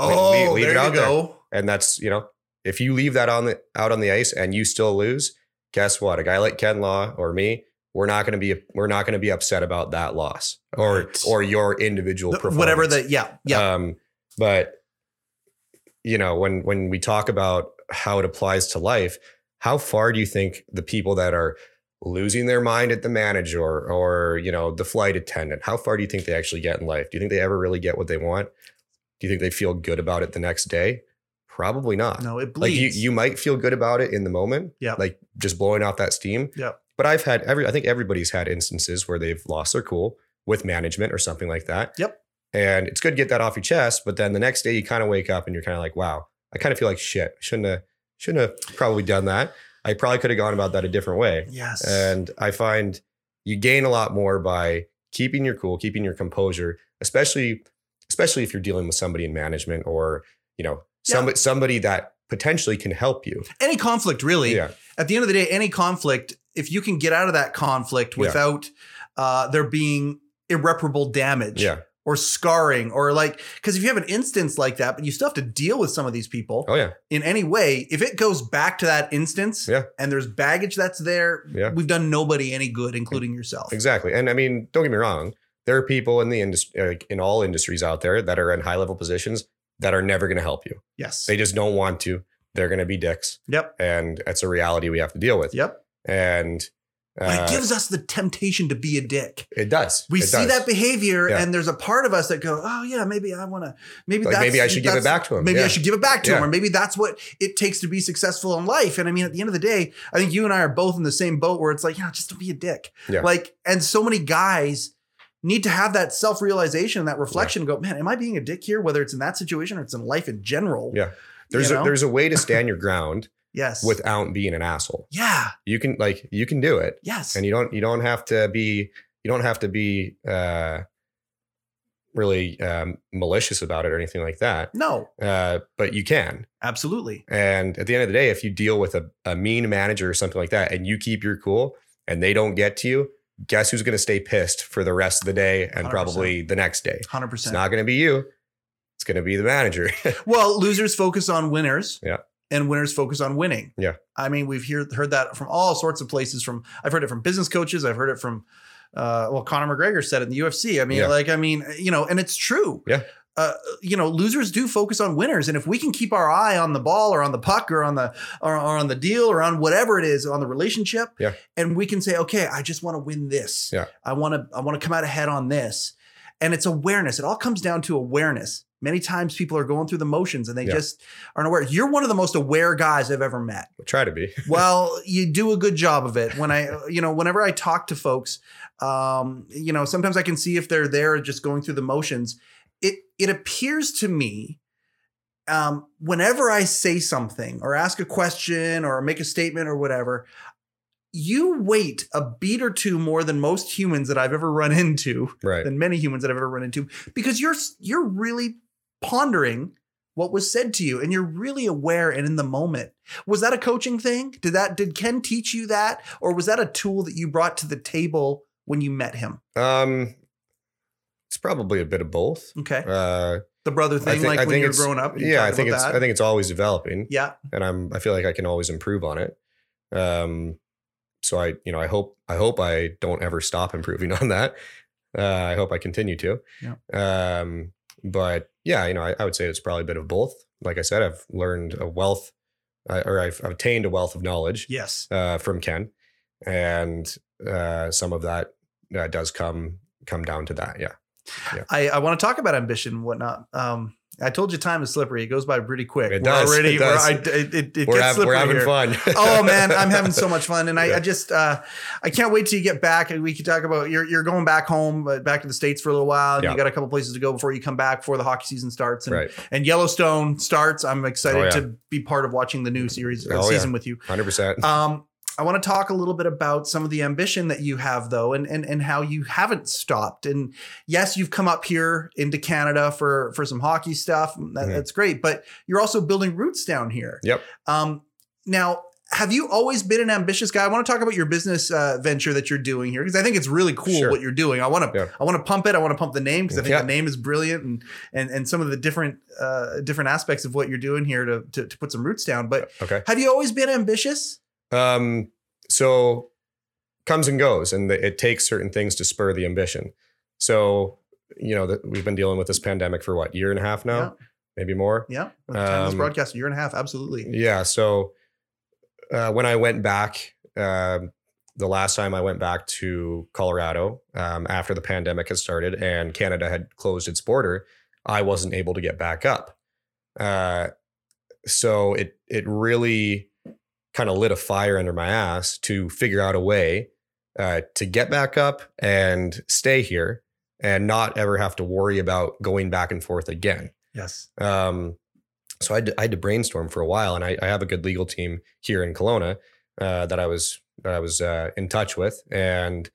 [SPEAKER 2] Le-
[SPEAKER 1] Oh,
[SPEAKER 2] leave- leave
[SPEAKER 1] there
[SPEAKER 2] it
[SPEAKER 1] you
[SPEAKER 2] out there.
[SPEAKER 1] go.
[SPEAKER 2] and that's you know, if you leave that on the out on the ice and you still lose, guess what? A guy like Ken Law or me, we're not going to be we're not going to be upset about that loss or
[SPEAKER 1] Right.
[SPEAKER 2] or your individual
[SPEAKER 1] The-
[SPEAKER 2] performance.
[SPEAKER 1] whatever the yeah yeah
[SPEAKER 2] Um, but you know, when when we talk about how it applies to life, how far do you think the people that are losing their mind at the manager or you know the flight attendant, how far do you think they actually get in life? Do you think they ever really get what they want? Do you think they feel good about it the next day? Probably not.
[SPEAKER 1] no it
[SPEAKER 2] Uh, Like
[SPEAKER 1] bleeds
[SPEAKER 2] you, you might feel good about it in the moment,
[SPEAKER 1] Yeah.
[SPEAKER 2] Like just blowing off that steam,
[SPEAKER 1] Yeah.
[SPEAKER 2] But I've had every, I think everybody's had instances where they've lost their cool with management or something like that.
[SPEAKER 1] Yep.
[SPEAKER 2] And it's good to get that off your chest, but then the next day you kind of wake up and you're kind of like, wow, I kind of feel like shit. Shouldn't have, shouldn't have probably done that. I probably could have gone about that a different way.
[SPEAKER 1] yes
[SPEAKER 2] And I find you gain a lot more by keeping your cool, keeping your composure, especially especially if you're dealing with somebody in management or, you know,
[SPEAKER 1] Yeah.
[SPEAKER 2] somebody somebody that potentially can help you.
[SPEAKER 1] any conflict really
[SPEAKER 2] Yeah.
[SPEAKER 1] at the end of the day any conflict if you can get out of that conflict
[SPEAKER 2] Yeah.
[SPEAKER 1] without uh there being irreparable damage
[SPEAKER 2] Yeah.
[SPEAKER 1] or scarring or like because if you have an instance like that but you still have to deal with some of these people
[SPEAKER 2] Oh yeah.
[SPEAKER 1] in any way if it goes back to that instance
[SPEAKER 2] Yeah.
[SPEAKER 1] and there's baggage that's there
[SPEAKER 2] Yeah.
[SPEAKER 1] we've done nobody any good including yourself
[SPEAKER 2] Exactly. And I mean, don't get me wrong, there are people in the industry like in all industries out there that are in high level positions that are never going to help you.
[SPEAKER 1] yes
[SPEAKER 2] They just don't want to. They're going to be dicks.
[SPEAKER 1] yep
[SPEAKER 2] And that's a reality we have to deal with.
[SPEAKER 1] yep
[SPEAKER 2] And
[SPEAKER 1] but
[SPEAKER 2] uh,
[SPEAKER 1] it gives us the temptation to be a dick
[SPEAKER 2] it does.
[SPEAKER 1] we
[SPEAKER 2] It
[SPEAKER 1] see
[SPEAKER 2] does.
[SPEAKER 1] that behavior
[SPEAKER 2] Yeah.
[SPEAKER 1] and there's a part of us that go oh yeah maybe i want to maybe
[SPEAKER 2] Like,
[SPEAKER 1] that's,
[SPEAKER 2] maybe I should give it
[SPEAKER 1] that's-
[SPEAKER 2] back to him.
[SPEAKER 1] maybe i
[SPEAKER 2] Yeah.
[SPEAKER 1] should give it back to him
[SPEAKER 2] Yeah.
[SPEAKER 1] or maybe that's what it takes to be successful in life and i mean at the end of the day i think you and i are both in the same boat where it's like yeah just don't be a dick
[SPEAKER 2] Yeah.
[SPEAKER 1] like and so many guys need to have that self-realization and that reflection go man am i being a dick here whether it's in that situation or it's in life in general
[SPEAKER 2] Yeah. There's
[SPEAKER 1] you
[SPEAKER 2] a,
[SPEAKER 1] know?
[SPEAKER 2] there's a way to stand your ground
[SPEAKER 1] yes
[SPEAKER 2] without being an asshole.
[SPEAKER 1] yeah
[SPEAKER 2] You can like you can do it,
[SPEAKER 1] yes
[SPEAKER 2] and you don't you don't have to be you don't have to be uh, really um, malicious about it or anything like that.
[SPEAKER 1] no
[SPEAKER 2] Uh, but you can.
[SPEAKER 1] absolutely
[SPEAKER 2] And at the end of the day, if you deal with a, a mean manager or something like that, and you keep your cool, and they don't get to you, guess who's going to stay pissed for the rest of the day and
[SPEAKER 1] 100%.
[SPEAKER 2] probably the next day?
[SPEAKER 1] Hundred
[SPEAKER 2] It's
[SPEAKER 1] percent.
[SPEAKER 2] not going to be you. It's going to be the manager.
[SPEAKER 1] Well, losers focus on winners.
[SPEAKER 2] Yeah.
[SPEAKER 1] And winners focus on winning.
[SPEAKER 2] Yeah.
[SPEAKER 1] I mean, we've hear, heard that from all sorts of places. From I've heard it from business coaches. I've heard it from, uh, well, Conor McGregor said it in the UFC. I mean,
[SPEAKER 2] Yeah.
[SPEAKER 1] like, I mean, you know, and it's true.
[SPEAKER 2] Yeah.
[SPEAKER 1] Uh, you know, losers do focus on winners, and if we can keep our eye on the ball or on the puck or on the or, or on the deal or on whatever it is on the relationship,
[SPEAKER 2] Yeah.
[SPEAKER 1] and we can say, okay, I just want to win this.
[SPEAKER 2] Yeah.
[SPEAKER 1] I want to I want to come out ahead on this, and it's awareness. It all comes down to awareness. Many times people are going through the motions and they
[SPEAKER 2] Yeah.
[SPEAKER 1] just aren't aware. You're one of the most aware guys I've ever met.
[SPEAKER 2] Try to be.
[SPEAKER 1] Well, you do a good job of it. When I, you know, whenever I talk to folks, um, you know, sometimes I can see if they're there just going through the motions. It it appears to me, um, whenever I say something or ask a question or make a statement or whatever, you wait a beat or two more than most humans that I've ever run into
[SPEAKER 2] Right.
[SPEAKER 1] than many humans that I've ever run into because you're you're really pondering what was said to you and you're really aware and in the moment. Was that a coaching thing? Did that did Ken teach you that or was that a tool that you brought to the table when you met him?
[SPEAKER 2] Um, it's probably a bit of both.
[SPEAKER 1] Okay.
[SPEAKER 2] Uh,
[SPEAKER 1] The brother thing
[SPEAKER 2] think-
[SPEAKER 1] like
[SPEAKER 2] I
[SPEAKER 1] when
[SPEAKER 2] think
[SPEAKER 1] you're
[SPEAKER 2] it's-
[SPEAKER 1] growing up. you
[SPEAKER 2] yeah, I
[SPEAKER 1] talked
[SPEAKER 2] think
[SPEAKER 1] about
[SPEAKER 2] it's
[SPEAKER 1] that.
[SPEAKER 2] I think it's always developing,
[SPEAKER 1] yeah.
[SPEAKER 2] and I'm I feel like I can always improve on it. Um, so I you know I hope I hope I don't ever stop improving on that. Uh, I hope I continue to.
[SPEAKER 1] Yeah.
[SPEAKER 2] Um, but yeah, you know I, I would say it's probably a bit of both. Like I said, I've learned a wealth, uh, or I've obtained a wealth of knowledge
[SPEAKER 1] Yes.
[SPEAKER 2] uh, from Ken, and uh, some of that uh, does come come down to that. Yeah,
[SPEAKER 1] I, I want to talk about ambition and whatnot. Um I told you time is slippery. It goes by pretty quick.
[SPEAKER 2] It
[SPEAKER 1] We're
[SPEAKER 2] does,
[SPEAKER 1] already
[SPEAKER 2] it
[SPEAKER 1] we're-
[SPEAKER 2] does.
[SPEAKER 1] I- it, it, it
[SPEAKER 2] we're,
[SPEAKER 1] gets
[SPEAKER 2] hav-
[SPEAKER 1] slippery
[SPEAKER 2] we're having
[SPEAKER 1] here.
[SPEAKER 2] fun.
[SPEAKER 1] oh man, I'm having so much fun, and I,
[SPEAKER 2] Yeah.
[SPEAKER 1] I just uh, I can't wait till you get back, and we can talk about you're you're going back home, but back to the states for a little while, and
[SPEAKER 2] Yeah.
[SPEAKER 1] you got a couple places to go before you come back before the hockey season starts, and,
[SPEAKER 2] right,
[SPEAKER 1] and Yellowstone starts. I'm excited
[SPEAKER 2] Oh, yeah.
[SPEAKER 1] to be part of watching the new series uh,
[SPEAKER 2] Oh, yeah.
[SPEAKER 1] season with you.
[SPEAKER 2] hundred percent.
[SPEAKER 1] Um, I want to talk a little bit about some of the ambition that you have, though, and and and how you haven't stopped. And yes, you've come up here into Canada for for some hockey stuff. and That,
[SPEAKER 2] Mhm.
[SPEAKER 1] That's great, but you're also building roots down here.
[SPEAKER 2] Yep.
[SPEAKER 1] Um, now, have you always been an ambitious guy? I want to talk about your business uh, venture that you're doing here because I think it's really cool
[SPEAKER 2] Sure.
[SPEAKER 1] what you're doing. I want to
[SPEAKER 2] Yeah.
[SPEAKER 1] I want to pump it. I want to pump the name because I think
[SPEAKER 2] Yeah.
[SPEAKER 1] the name is brilliant and and and some of the different uh, different aspects of what you're doing here to to, to put some roots down. But
[SPEAKER 2] Okay.
[SPEAKER 1] have you always been ambitious?
[SPEAKER 2] Um, so comes and goes, and the, it takes certain things to spur the ambition. So you know that we've been dealing with this pandemic for what year and a half now, maybe more.
[SPEAKER 1] Yeah. By the time this
[SPEAKER 2] Um,
[SPEAKER 1] broadcast, a year and a half, absolutely.
[SPEAKER 2] Yeah. So uh, when I went back, um, the last time I went back to Colorado um, after the pandemic had started and Canada had closed its border, I wasn't able to get back up. Uh, so it it really kind of lit a fire under my ass to figure out a way uh, to get back up and stay here and not ever have to worry about going back and forth again.
[SPEAKER 1] Yes.
[SPEAKER 2] Um, so I had, to, I had to brainstorm for a while, and I, I have a good legal team here in Kelowna uh, that I was that I was uh, in touch with, and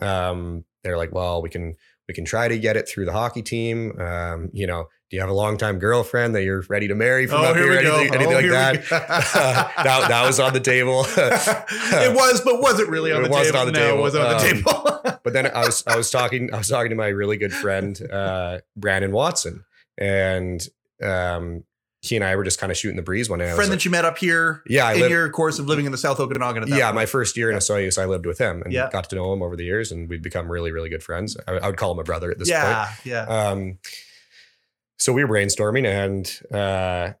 [SPEAKER 2] um, they're like, "Well, we can we can try to get it through the hockey team. Um, you know, do you have a longtime girlfriend that you're ready to marry
[SPEAKER 1] Oh,
[SPEAKER 2] from up Oh, here? Anything, anything like that?" that that was on the table.
[SPEAKER 1] it was, but was it really on
[SPEAKER 2] It
[SPEAKER 1] the
[SPEAKER 2] wasn't
[SPEAKER 1] table?
[SPEAKER 2] on the
[SPEAKER 1] No,
[SPEAKER 2] table.
[SPEAKER 1] it wasn't on
[SPEAKER 2] Um,
[SPEAKER 1] the table.
[SPEAKER 2] but then I was I was talking I was talking to my really good friend uh, Brandon Watson, and um, he and I were just kind of shooting the breeze one day. I was
[SPEAKER 1] Friend
[SPEAKER 2] like,
[SPEAKER 1] that you met up here
[SPEAKER 2] yeah, I
[SPEAKER 1] in
[SPEAKER 2] lived,
[SPEAKER 1] your course of living in the South Okanagan at that
[SPEAKER 2] yeah,
[SPEAKER 1] point.
[SPEAKER 2] my first year in Osoyoos, I lived with him and
[SPEAKER 1] Yeah.
[SPEAKER 2] got to know him over the years, and we've become really really good friends. I, I would call him a brother at this point.
[SPEAKER 1] yeah, yeah.
[SPEAKER 2] Um, so we were brainstorming, and uh,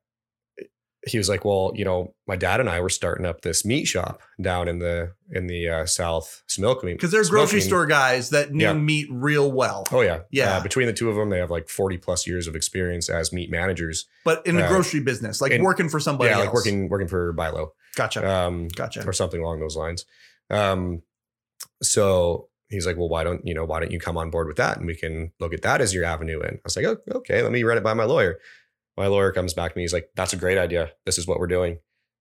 [SPEAKER 2] he was like, "Well, you know, my dad and I were starting up this meat shop down in the in the uh, South Similkameen
[SPEAKER 1] Because they're grocery
[SPEAKER 2] Smoking.
[SPEAKER 1] store guys that knew
[SPEAKER 2] Yeah.
[SPEAKER 1] meat real well.
[SPEAKER 2] Oh yeah,
[SPEAKER 1] Yeah.
[SPEAKER 2] Uh, between the two of them, they have like forty plus years of experience as meat managers.
[SPEAKER 1] But in the
[SPEAKER 2] uh,
[SPEAKER 1] grocery business, like
[SPEAKER 2] in-
[SPEAKER 1] working for somebody
[SPEAKER 2] yeah,
[SPEAKER 1] else.
[SPEAKER 2] like working working for Bilo,
[SPEAKER 1] Gotcha.
[SPEAKER 2] um,
[SPEAKER 1] gotcha.
[SPEAKER 2] or something along those lines. Um, so he's like, well, why don't you know why don't you come on board with that and we can look at that as your avenue in? I was like, oh, okay, let me run it by my lawyer. My lawyer comes back to me. He's like, that's a great idea. This is what we're doing.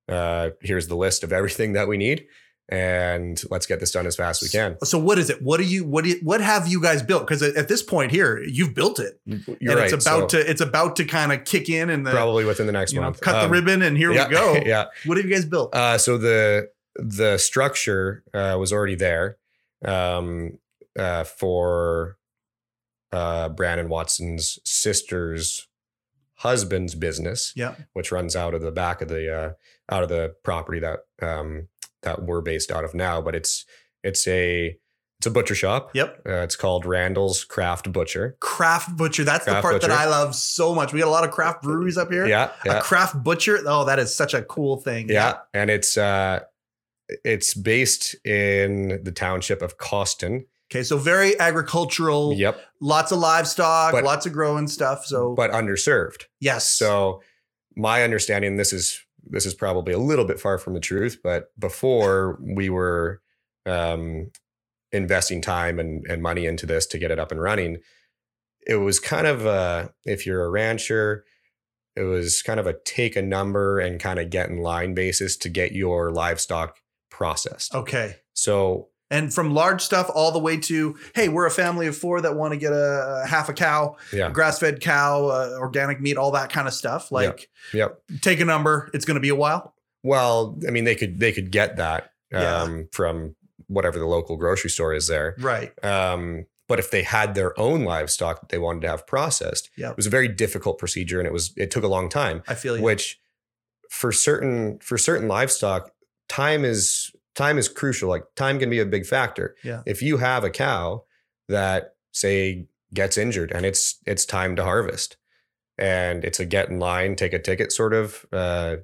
[SPEAKER 2] Uh, here's the list of everything that we need, and let's get this done as fast as we can.
[SPEAKER 1] So what is it? What do you what do you, what have you guys built? Because at at this point here, you've built it.
[SPEAKER 2] You're
[SPEAKER 1] and
[SPEAKER 2] right.
[SPEAKER 1] it's about
[SPEAKER 2] so
[SPEAKER 1] to it's about to kind of kick in and the
[SPEAKER 2] probably within the next
[SPEAKER 1] you know
[SPEAKER 2] month.
[SPEAKER 1] cut
[SPEAKER 2] Um,
[SPEAKER 1] the ribbon and here
[SPEAKER 2] yeah,
[SPEAKER 1] we go.
[SPEAKER 2] yeah.
[SPEAKER 1] What have you guys built?
[SPEAKER 2] Uh, so the the structure uh, was uh, already there. um, uh, for uh, Brandon Watson's sister's husband's business,
[SPEAKER 1] Yeah.
[SPEAKER 2] which runs out of the back of the uh, out of the property that um, that we're based out of now. But it's it's a it's a butcher shop.
[SPEAKER 1] Yep.
[SPEAKER 2] Uh, it's called Randall's Craft Butcher.
[SPEAKER 1] Craft butcher. That's the
[SPEAKER 2] Craft
[SPEAKER 1] part that
[SPEAKER 2] butcher.
[SPEAKER 1] I love so much. We got a lot of craft breweries up here.
[SPEAKER 2] Yeah, yeah,
[SPEAKER 1] A craft butcher. Oh, that is such a cool thing.
[SPEAKER 2] yeah. And it's uh, it's based in the township of Coston.
[SPEAKER 1] Okay. So very agricultural.
[SPEAKER 2] Yep,
[SPEAKER 1] Lots of livestock.
[SPEAKER 2] But-
[SPEAKER 1] lots of growing stuff. So
[SPEAKER 2] but underserved.
[SPEAKER 1] yes.
[SPEAKER 2] So my understanding, this is this is probably a little bit far from the truth, but before we were um, investing time and, and money into this to get it up and running, it was kind of a, if you're a rancher, it was kind of a take a number and kind of get in line basis to get your livestock processed.
[SPEAKER 1] okay.
[SPEAKER 2] So
[SPEAKER 1] And from large stuff all the way to hey, we're a family of four that want to get a, a half a cow,
[SPEAKER 2] yeah,
[SPEAKER 1] grass fed cow, uh, organic meat, all that kind of stuff. Like,
[SPEAKER 2] yep.
[SPEAKER 1] take a number. It's going to be a while.
[SPEAKER 2] Well, I mean, they could they could get that
[SPEAKER 1] Yeah.
[SPEAKER 2] um, from whatever the local grocery store is there.
[SPEAKER 1] Right.
[SPEAKER 2] Um, but if they had their own livestock that they wanted to have processed,
[SPEAKER 1] Yeah.
[SPEAKER 2] it was a very difficult procedure, and it was it took a long time.
[SPEAKER 1] I feel you.
[SPEAKER 2] Which for certain for certain livestock, time is time is crucial. Like time can be a big factor.
[SPEAKER 1] Yeah.
[SPEAKER 2] If you have a cow that say gets injured and it's it's time to harvest, and it's a get in line, take a ticket sort of uh,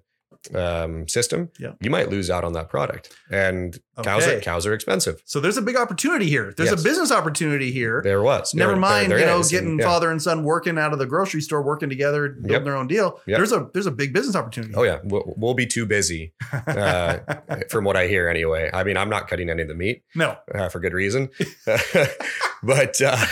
[SPEAKER 2] um, system,
[SPEAKER 1] Yeah.
[SPEAKER 2] you might lose out on that product. And cows are,
[SPEAKER 1] Okay.
[SPEAKER 2] cows are expensive.
[SPEAKER 1] So there's a big opportunity here. There's a
[SPEAKER 2] Yes.
[SPEAKER 1] business opportunity here.
[SPEAKER 2] There was
[SPEAKER 1] Never
[SPEAKER 2] There-
[SPEAKER 1] mind,
[SPEAKER 2] there
[SPEAKER 1] you know,
[SPEAKER 2] is, and
[SPEAKER 1] getting
[SPEAKER 2] yeah.
[SPEAKER 1] father and son working out of the grocery store, working together, building
[SPEAKER 2] Yep.
[SPEAKER 1] their own deal.
[SPEAKER 2] Yep.
[SPEAKER 1] There's a there's a big business opportunity.
[SPEAKER 2] Oh yeah, we'll, we'll be too busy, uh, from what I hear anyway. I mean, I'm not cutting any of the meat
[SPEAKER 1] no,
[SPEAKER 2] uh, for good reason, but uh,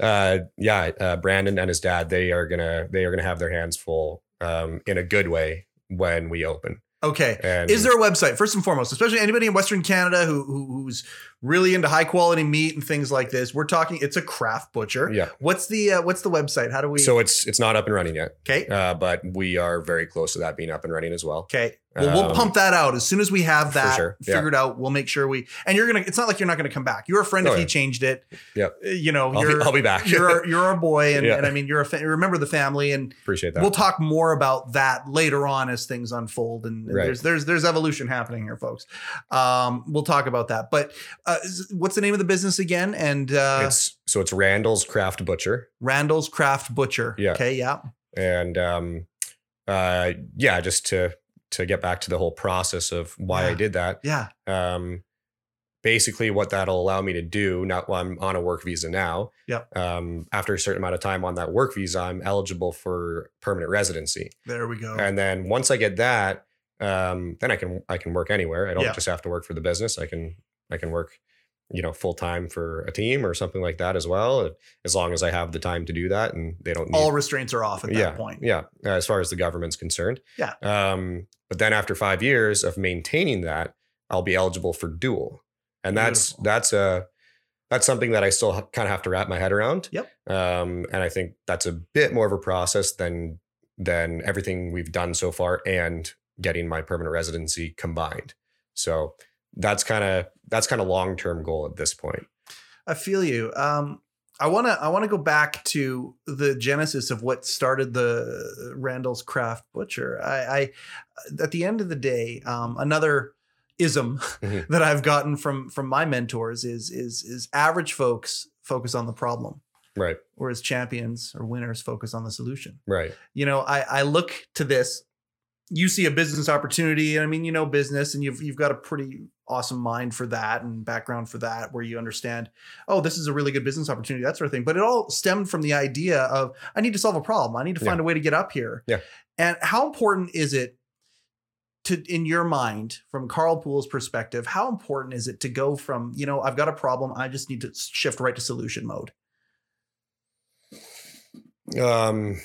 [SPEAKER 2] uh, yeah, uh, Brandon and his dad they are gonna they are gonna have their hands full um, in a good way when we open.
[SPEAKER 1] okay.
[SPEAKER 2] And
[SPEAKER 1] Is there a website first and foremost? Especially anybody in Western Canada who, who who's really into high quality meat and things like this. We're talking. It's a craft butcher.
[SPEAKER 2] Yeah,
[SPEAKER 1] What's the uh, what's the website? How do we?
[SPEAKER 2] so it's it's not up and running yet,
[SPEAKER 1] okay.
[SPEAKER 2] uh, but we are very close to that being up and running as well.
[SPEAKER 1] Okay. Well, we'll
[SPEAKER 2] Um,
[SPEAKER 1] pump that out as soon as we have
[SPEAKER 2] For
[SPEAKER 1] that
[SPEAKER 2] sure. Yeah.
[SPEAKER 1] figured out. We'll make sure we. And you're gonna. It's not like you're not gonna come back. You're a friend
[SPEAKER 2] Oh,
[SPEAKER 1] if he
[SPEAKER 2] yeah.
[SPEAKER 1] changed it.
[SPEAKER 2] Yep.
[SPEAKER 1] Uh, You know.
[SPEAKER 2] I'll
[SPEAKER 1] you're,
[SPEAKER 2] be, I'll be back.
[SPEAKER 1] you're our, you're our boy, and,
[SPEAKER 2] Yeah.
[SPEAKER 1] and I mean you're a fa- remember the family, and
[SPEAKER 2] Appreciate that.
[SPEAKER 1] we'll talk more about that later on as things unfold. And, and
[SPEAKER 2] Right.
[SPEAKER 1] there's there's there's evolution happening here, folks. Um, we'll talk about that. But uh, is- what's the name of the business again? And uh,
[SPEAKER 2] it's so it's Randall's Craft Butcher.
[SPEAKER 1] Randall's Craft Butcher.
[SPEAKER 2] Yeah.
[SPEAKER 1] Okay. Yeah.
[SPEAKER 2] and um uh yeah just to to get back to the whole process of why i
[SPEAKER 1] Yeah.
[SPEAKER 2] did that
[SPEAKER 1] Yeah.
[SPEAKER 2] um basically what that'll allow me to do now well, i'm on a work visa now
[SPEAKER 1] Yep.
[SPEAKER 2] um after a certain amount of time on that work visa i'm eligible for permanent residency
[SPEAKER 1] There we go.
[SPEAKER 2] and then once i get that um then i can i can work anywhere i don't
[SPEAKER 1] Yeah.
[SPEAKER 2] just have to work for the business i can i can work you know full time for a team or something like that as well as long as i have the time to do that and they don't need
[SPEAKER 1] All restraints are off at that
[SPEAKER 2] yeah,
[SPEAKER 1] point.
[SPEAKER 2] Yeah, uh, as far as the government's concerned.
[SPEAKER 1] Yeah.
[SPEAKER 2] Um, but then after five years of maintaining that, I'll be eligible for dual, and that's
[SPEAKER 1] Beautiful.
[SPEAKER 2] that's a that's something that I still kind of have to wrap my head around.
[SPEAKER 1] Yep.
[SPEAKER 2] Um, and I think that's a bit more of a process than than everything we've done so far and getting my permanent residency combined. So that's kind of that's kind of long term goal at this point.
[SPEAKER 1] I feel you. Um, I want to I want to go back to the genesis of what started the uh, Randall's Craft Butcher. I, I at the end of the day, um, another ism
[SPEAKER 2] Mhm.
[SPEAKER 1] that I've gotten from from my mentors is is is average folks focus on the problem,
[SPEAKER 2] Right.
[SPEAKER 1] whereas champions or winners focus on the solution
[SPEAKER 2] Right.
[SPEAKER 1] you know i i look to this you see a business opportunity and i mean you know business and you've you've got a pretty awesome mind for that and background for that where you understand oh this is a really good business opportunity that sort of thing but it all stemmed from the idea of i need to solve a problem i need to find a way to get up here
[SPEAKER 2] Yeah.
[SPEAKER 1] and how important is it to in your mind from carl pool's perspective how important is it to go from you know i've got a problem i just need to shift right to solution mode
[SPEAKER 2] Um.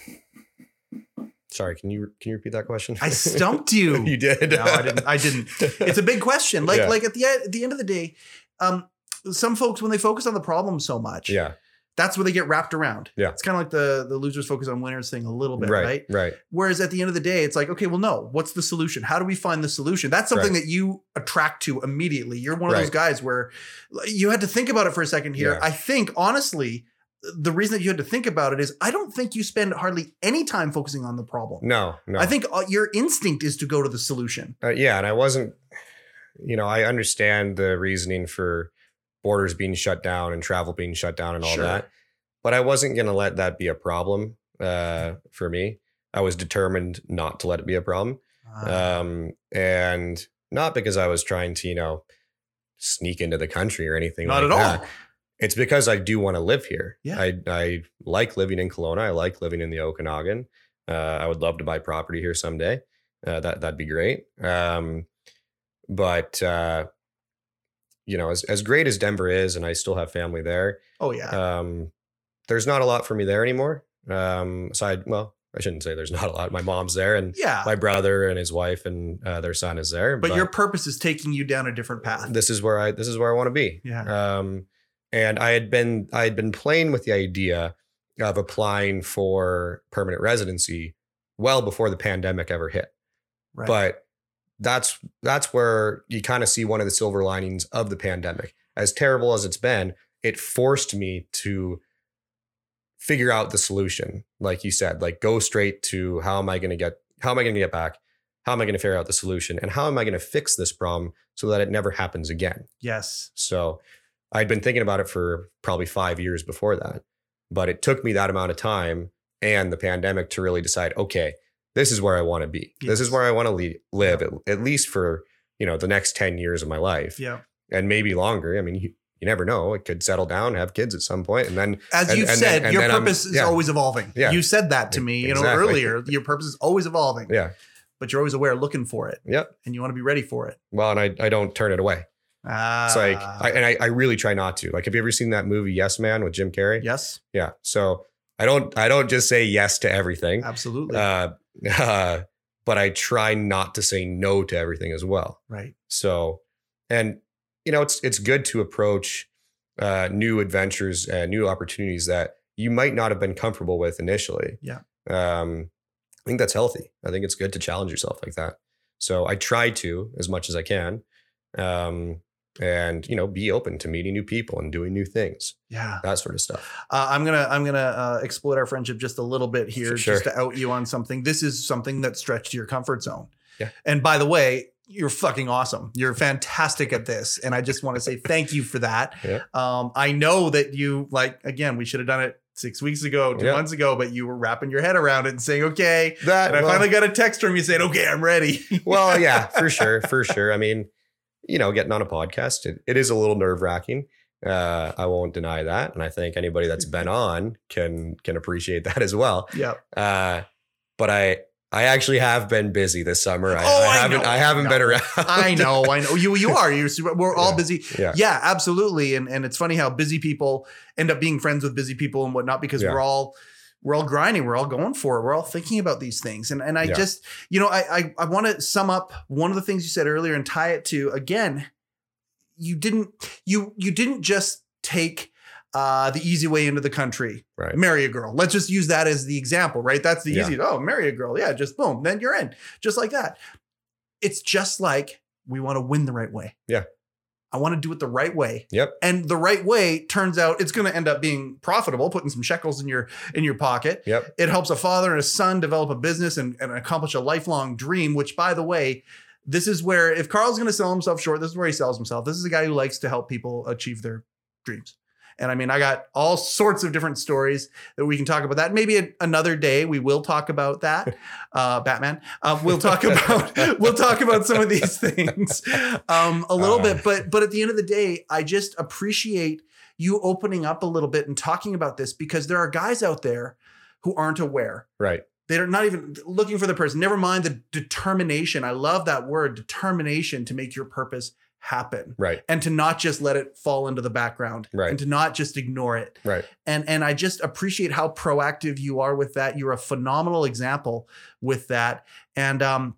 [SPEAKER 2] Sorry, can you can you repeat that question?
[SPEAKER 1] i stumped you
[SPEAKER 2] you did.
[SPEAKER 1] No, I didn't- I didn't. it's a big question. Like
[SPEAKER 2] Yeah.
[SPEAKER 1] like at the at the end of the day, um, some folks when they focus on the problem so much,
[SPEAKER 2] yeah,
[SPEAKER 1] that's where they get wrapped around.
[SPEAKER 2] Yeah.
[SPEAKER 1] It's kind of like the the losers focus on winners thing a little bit, right?
[SPEAKER 2] right, right,
[SPEAKER 1] Whereas at the end of the day, it's like, okay, well, no, what's the solution? How do we find the solution? That's something that you attract to immediately. You're one of those
[SPEAKER 2] Right.
[SPEAKER 1] guys where like, you had to think about it for a second here.
[SPEAKER 2] Yeah.
[SPEAKER 1] I think honestly, the reason that you had to think about it is I don't think you spend hardly any time focusing on the problem.
[SPEAKER 2] No, no.
[SPEAKER 1] I think uh, your instinct is to go to the solution.
[SPEAKER 2] uh, yeah, and I wasn't, you know, I understand the reasoning for borders being shut down and travel being shut down and all
[SPEAKER 1] Sure.
[SPEAKER 2] that, but I wasn't going to let that be a problem uh, for me. I was determined not to let it be a problem,
[SPEAKER 1] Ah.
[SPEAKER 2] um, and not because I was trying to, you know, sneak into the country or anything.
[SPEAKER 1] not
[SPEAKER 2] like
[SPEAKER 1] at all.
[SPEAKER 2] that. It's because I do want to live here.
[SPEAKER 1] Yeah.
[SPEAKER 2] I I like living in Kelowna. I like living in the Okanagan. Uh, I would love to buy property here someday. Uh, that that'd be great. Um, but uh, you know, as as great as Denver is, and I still have family there.
[SPEAKER 1] Oh yeah.
[SPEAKER 2] Um, there's not a lot for me there anymore. Um, aside, well, I shouldn't say there's not a lot. My mom's there, and
[SPEAKER 1] yeah.
[SPEAKER 2] my brother and his wife and uh, their son is there.
[SPEAKER 1] Ah. but, your purpose is taking you down a different path.
[SPEAKER 2] this is where I this is where I want to be.
[SPEAKER 1] yeah.
[SPEAKER 2] Um, and I had been I had been playing with the idea of applying for permanent residency well before the pandemic ever hit.
[SPEAKER 1] Right.
[SPEAKER 2] But that's that's where you kind of see one of the silver linings of the pandemic. As terrible as it's been, it forced me to figure out the solution. Like you said, like go straight to how am I going to get how am I going to get back? How am I going to figure out the solution? And how am I going to fix this problem so that it never happens again?
[SPEAKER 1] yes.
[SPEAKER 2] So I'd been thinking about it for probably five years before that. But it took me that amount of time and the pandemic to really decide, okay, this is where I want to be. This is
[SPEAKER 1] Yes.
[SPEAKER 2] where I want to le- live, at, at least for, you know, the next 10 years of my life
[SPEAKER 1] Yeah.
[SPEAKER 2] and maybe longer. I mean, you, you never know. It could settle down, have kids at some point, and then
[SPEAKER 1] As
[SPEAKER 2] And-
[SPEAKER 1] you've
[SPEAKER 2] and then-
[SPEAKER 1] said,
[SPEAKER 2] and
[SPEAKER 1] your
[SPEAKER 2] then I'm-
[SPEAKER 1] purpose is
[SPEAKER 2] yeah.
[SPEAKER 1] always evolving.
[SPEAKER 2] Yeah. E
[SPEAKER 1] You said that to me, you know,
[SPEAKER 2] Exactly.
[SPEAKER 1] earlier. Your purpose is always evolving.
[SPEAKER 2] Yeah.
[SPEAKER 1] But you're always aware, looking for it.
[SPEAKER 2] Yep.
[SPEAKER 1] And you want to be ready for it.
[SPEAKER 2] well, and I, I don't turn it away.
[SPEAKER 1] Ah.
[SPEAKER 2] It's like, I, and I, I really try not to. Like, have you ever seen that movie Yes Man with Jim Carrey?
[SPEAKER 1] yes,
[SPEAKER 2] Yeah. So I don't I don't just say yes to everything.
[SPEAKER 1] absolutely.
[SPEAKER 2] uh, but I try not to say no to everything as well.
[SPEAKER 1] right.
[SPEAKER 2] So, and you know, it's it's good to approach uh, new adventures and new opportunities that you might not have been comfortable with initially.
[SPEAKER 1] Yeah.
[SPEAKER 2] um, I think that's healthy. I think it's good to challenge yourself like that. So I try to as much as I can, um, and you know, be open to meeting new people and doing new things,
[SPEAKER 1] Yeah.
[SPEAKER 2] that sort of stuff.
[SPEAKER 1] Uh, I'm gonna I'm gonna uh, exploit our friendship just a little bit here,
[SPEAKER 2] For sure.
[SPEAKER 1] just to out you on something. This is something that stretched your comfort zone.
[SPEAKER 2] Yeah.
[SPEAKER 1] And by the way, you're fucking awesome. You're fantastic at this, and I just want to say thank you for that.
[SPEAKER 2] Yeah.
[SPEAKER 1] Um, I know that you like again. We should have done it six weeks ago, two
[SPEAKER 2] Yeah.
[SPEAKER 1] months ago, but you were wrapping your head around it and saying, "Okay."
[SPEAKER 2] That
[SPEAKER 1] And I finally got a text from you saying, "Okay, I'm ready."
[SPEAKER 2] well, yeah, for sure, for sure. I mean, you know, getting on a podcast, it, it is a little nerve wracking. Uh, I won't deny that, and I think anybody that's been on can can appreciate that as well.
[SPEAKER 1] yeah.
[SPEAKER 2] Uh, but I I actually have been busy this summer. I,
[SPEAKER 1] Oh,
[SPEAKER 2] I
[SPEAKER 1] I
[SPEAKER 2] haven't
[SPEAKER 1] know.
[SPEAKER 2] I haven't been around.
[SPEAKER 1] I know, I know. You you are. You're super, we're all
[SPEAKER 2] Yeah.
[SPEAKER 1] busy.
[SPEAKER 2] Yeah.
[SPEAKER 1] absolutely. And and it's funny how busy people end up being friends with busy people and whatnot because
[SPEAKER 2] Yeah.
[SPEAKER 1] we're all we're all grinding, we're all going for it, we're all thinking about these things. And and I
[SPEAKER 2] Yeah.
[SPEAKER 1] just, you know, I I, I want to sum up one of the things you said earlier and tie it to again, you didn't you you didn't just take uh, the easy way into the country
[SPEAKER 2] Right.
[SPEAKER 1] marry a girl. Let's just use that as the example, right? That's the
[SPEAKER 2] Yeah.
[SPEAKER 1] easy. Oh, marry a girl. Yeah, just boom, then you're in. Just like that. It's just like we want to win the right way.
[SPEAKER 2] Yeah.
[SPEAKER 1] I want to do it the right way.
[SPEAKER 2] Yep.
[SPEAKER 1] And the right way turns out it's going to end up being profitable, putting some shekels in your in your pocket.
[SPEAKER 2] Yep.
[SPEAKER 1] It helps a father and a son develop a business and, and accomplish a lifelong dream, which by the way, this is where if Carl's going to sell himself short, this is where he sells himself. This is a guy who likes to help people achieve their dreams. And I mean, I got all sorts of different stories that we can talk about that. Maybe a, another day we will talk about that. Uh, Batman. Uh, we'll talk about we'll talk about some of these things um, a little
[SPEAKER 2] Uh.
[SPEAKER 1] bit. But but at the end of the day, I just appreciate you opening up a little bit and talking about this because there are guys out there who aren't aware
[SPEAKER 2] Right.
[SPEAKER 1] they're not even looking for the person never mind the determination i love that word determination to make your purpose happen
[SPEAKER 2] Right.
[SPEAKER 1] and to not just let it fall into the background
[SPEAKER 2] Right.
[SPEAKER 1] and to not just ignore it
[SPEAKER 2] Right.
[SPEAKER 1] and and i just appreciate how proactive you are with that you're a phenomenal example with that and um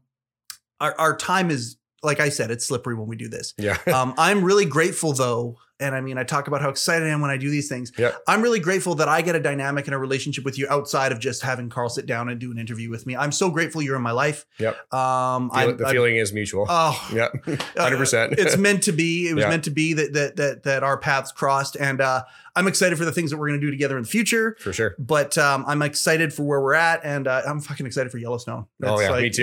[SPEAKER 1] our, our time is like i said it's slippery when we do this
[SPEAKER 2] Yeah.
[SPEAKER 1] um, I'm really grateful though And I mean, I talk about how excited I am when I do these things.
[SPEAKER 2] Yep.
[SPEAKER 1] I'm really grateful that I get a dynamic and a relationship with you outside of just having Carl sit down and do an interview with me. I'm so grateful you're in my life.
[SPEAKER 2] Yep.
[SPEAKER 1] Um,
[SPEAKER 2] Feel-
[SPEAKER 1] I,
[SPEAKER 2] the
[SPEAKER 1] I-
[SPEAKER 2] feeling is mutual.
[SPEAKER 1] oh,
[SPEAKER 2] yeah, hundred percent.
[SPEAKER 1] it's meant to be. It was
[SPEAKER 2] Yeah.
[SPEAKER 1] meant to be that that that that our paths crossed, and uh, I'm excited for the things that we're going to do together in the future.
[SPEAKER 2] for sure.
[SPEAKER 1] But um, I'm excited for where we're at, and uh, I'm fucking excited for Yellowstone.
[SPEAKER 2] Oh
[SPEAKER 1] It's
[SPEAKER 2] yeah, me
[SPEAKER 1] like-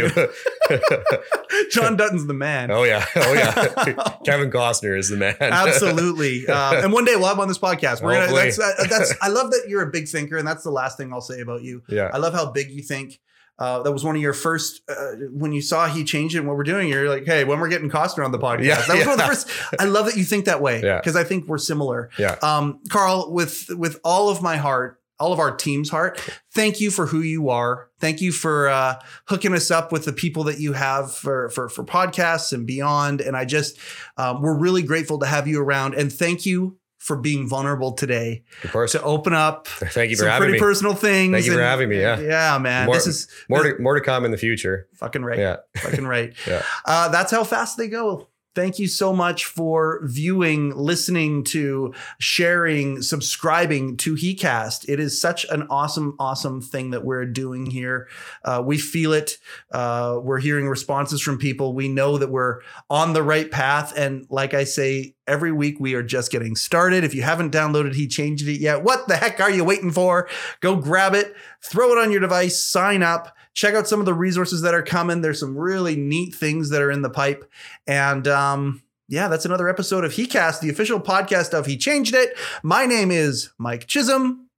[SPEAKER 2] too.
[SPEAKER 1] John Dutton's the man.
[SPEAKER 2] oh yeah, oh yeah. Kevin Costner is the man.
[SPEAKER 1] Absolutely. Um, and one day we'll have him on this podcast. We're gonna,
[SPEAKER 2] Hopefully.
[SPEAKER 1] that's, uh, that's, I love that you're a big thinker, and that's the last thing I'll say about you.
[SPEAKER 2] yeah,
[SPEAKER 1] I love how big you think. Uh, that was one of your first uh, when you saw he changed it. And what we're doing, you're like, hey, when we're getting Costner on the podcast,
[SPEAKER 2] Yeah,
[SPEAKER 1] that was one of the
[SPEAKER 2] yeah.
[SPEAKER 1] first. I love that you think that way
[SPEAKER 2] Yeah.
[SPEAKER 1] because I think we're similar.
[SPEAKER 2] Yeah.
[SPEAKER 1] um, Carl, with with all of my heart, all of our team's heart, thank you for who you are. Thank you for uh, hooking us up with the people that you have for for for podcasts and beyond. And I just, um, we're really grateful to have you around. And thank you for being vulnerable today
[SPEAKER 2] of course.
[SPEAKER 1] to open up
[SPEAKER 2] Thank you for
[SPEAKER 1] some
[SPEAKER 2] having
[SPEAKER 1] pretty
[SPEAKER 2] me.
[SPEAKER 1] personal things.
[SPEAKER 2] Thank you for having me, yeah.
[SPEAKER 1] yeah, man.
[SPEAKER 2] More-
[SPEAKER 1] this is
[SPEAKER 2] more, to, more to come in the future.
[SPEAKER 1] fucking right.
[SPEAKER 2] Yeah,
[SPEAKER 1] Fucking right.
[SPEAKER 2] Yeah.
[SPEAKER 1] Uh, that's how fast they go. Thank you so much for viewing, listening to, sharing, subscribing to HeCast. It is such an awesome, awesome thing that we're doing here. Uh, we feel it. Uh, we're hearing responses from people. We know that we're on the right path. And like I say, every week we are just getting started. If you haven't downloaded He Changed It yet, what the heck are you waiting for? Go grab it, throw it on your device, sign up, check out some of the resources that are coming. There's some really neat things that are in the pipe. And um, yeah, that's another episode of HeCast, the official podcast of He Changed It. My name is Mike Chisholm.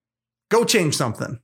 [SPEAKER 1] Go change something.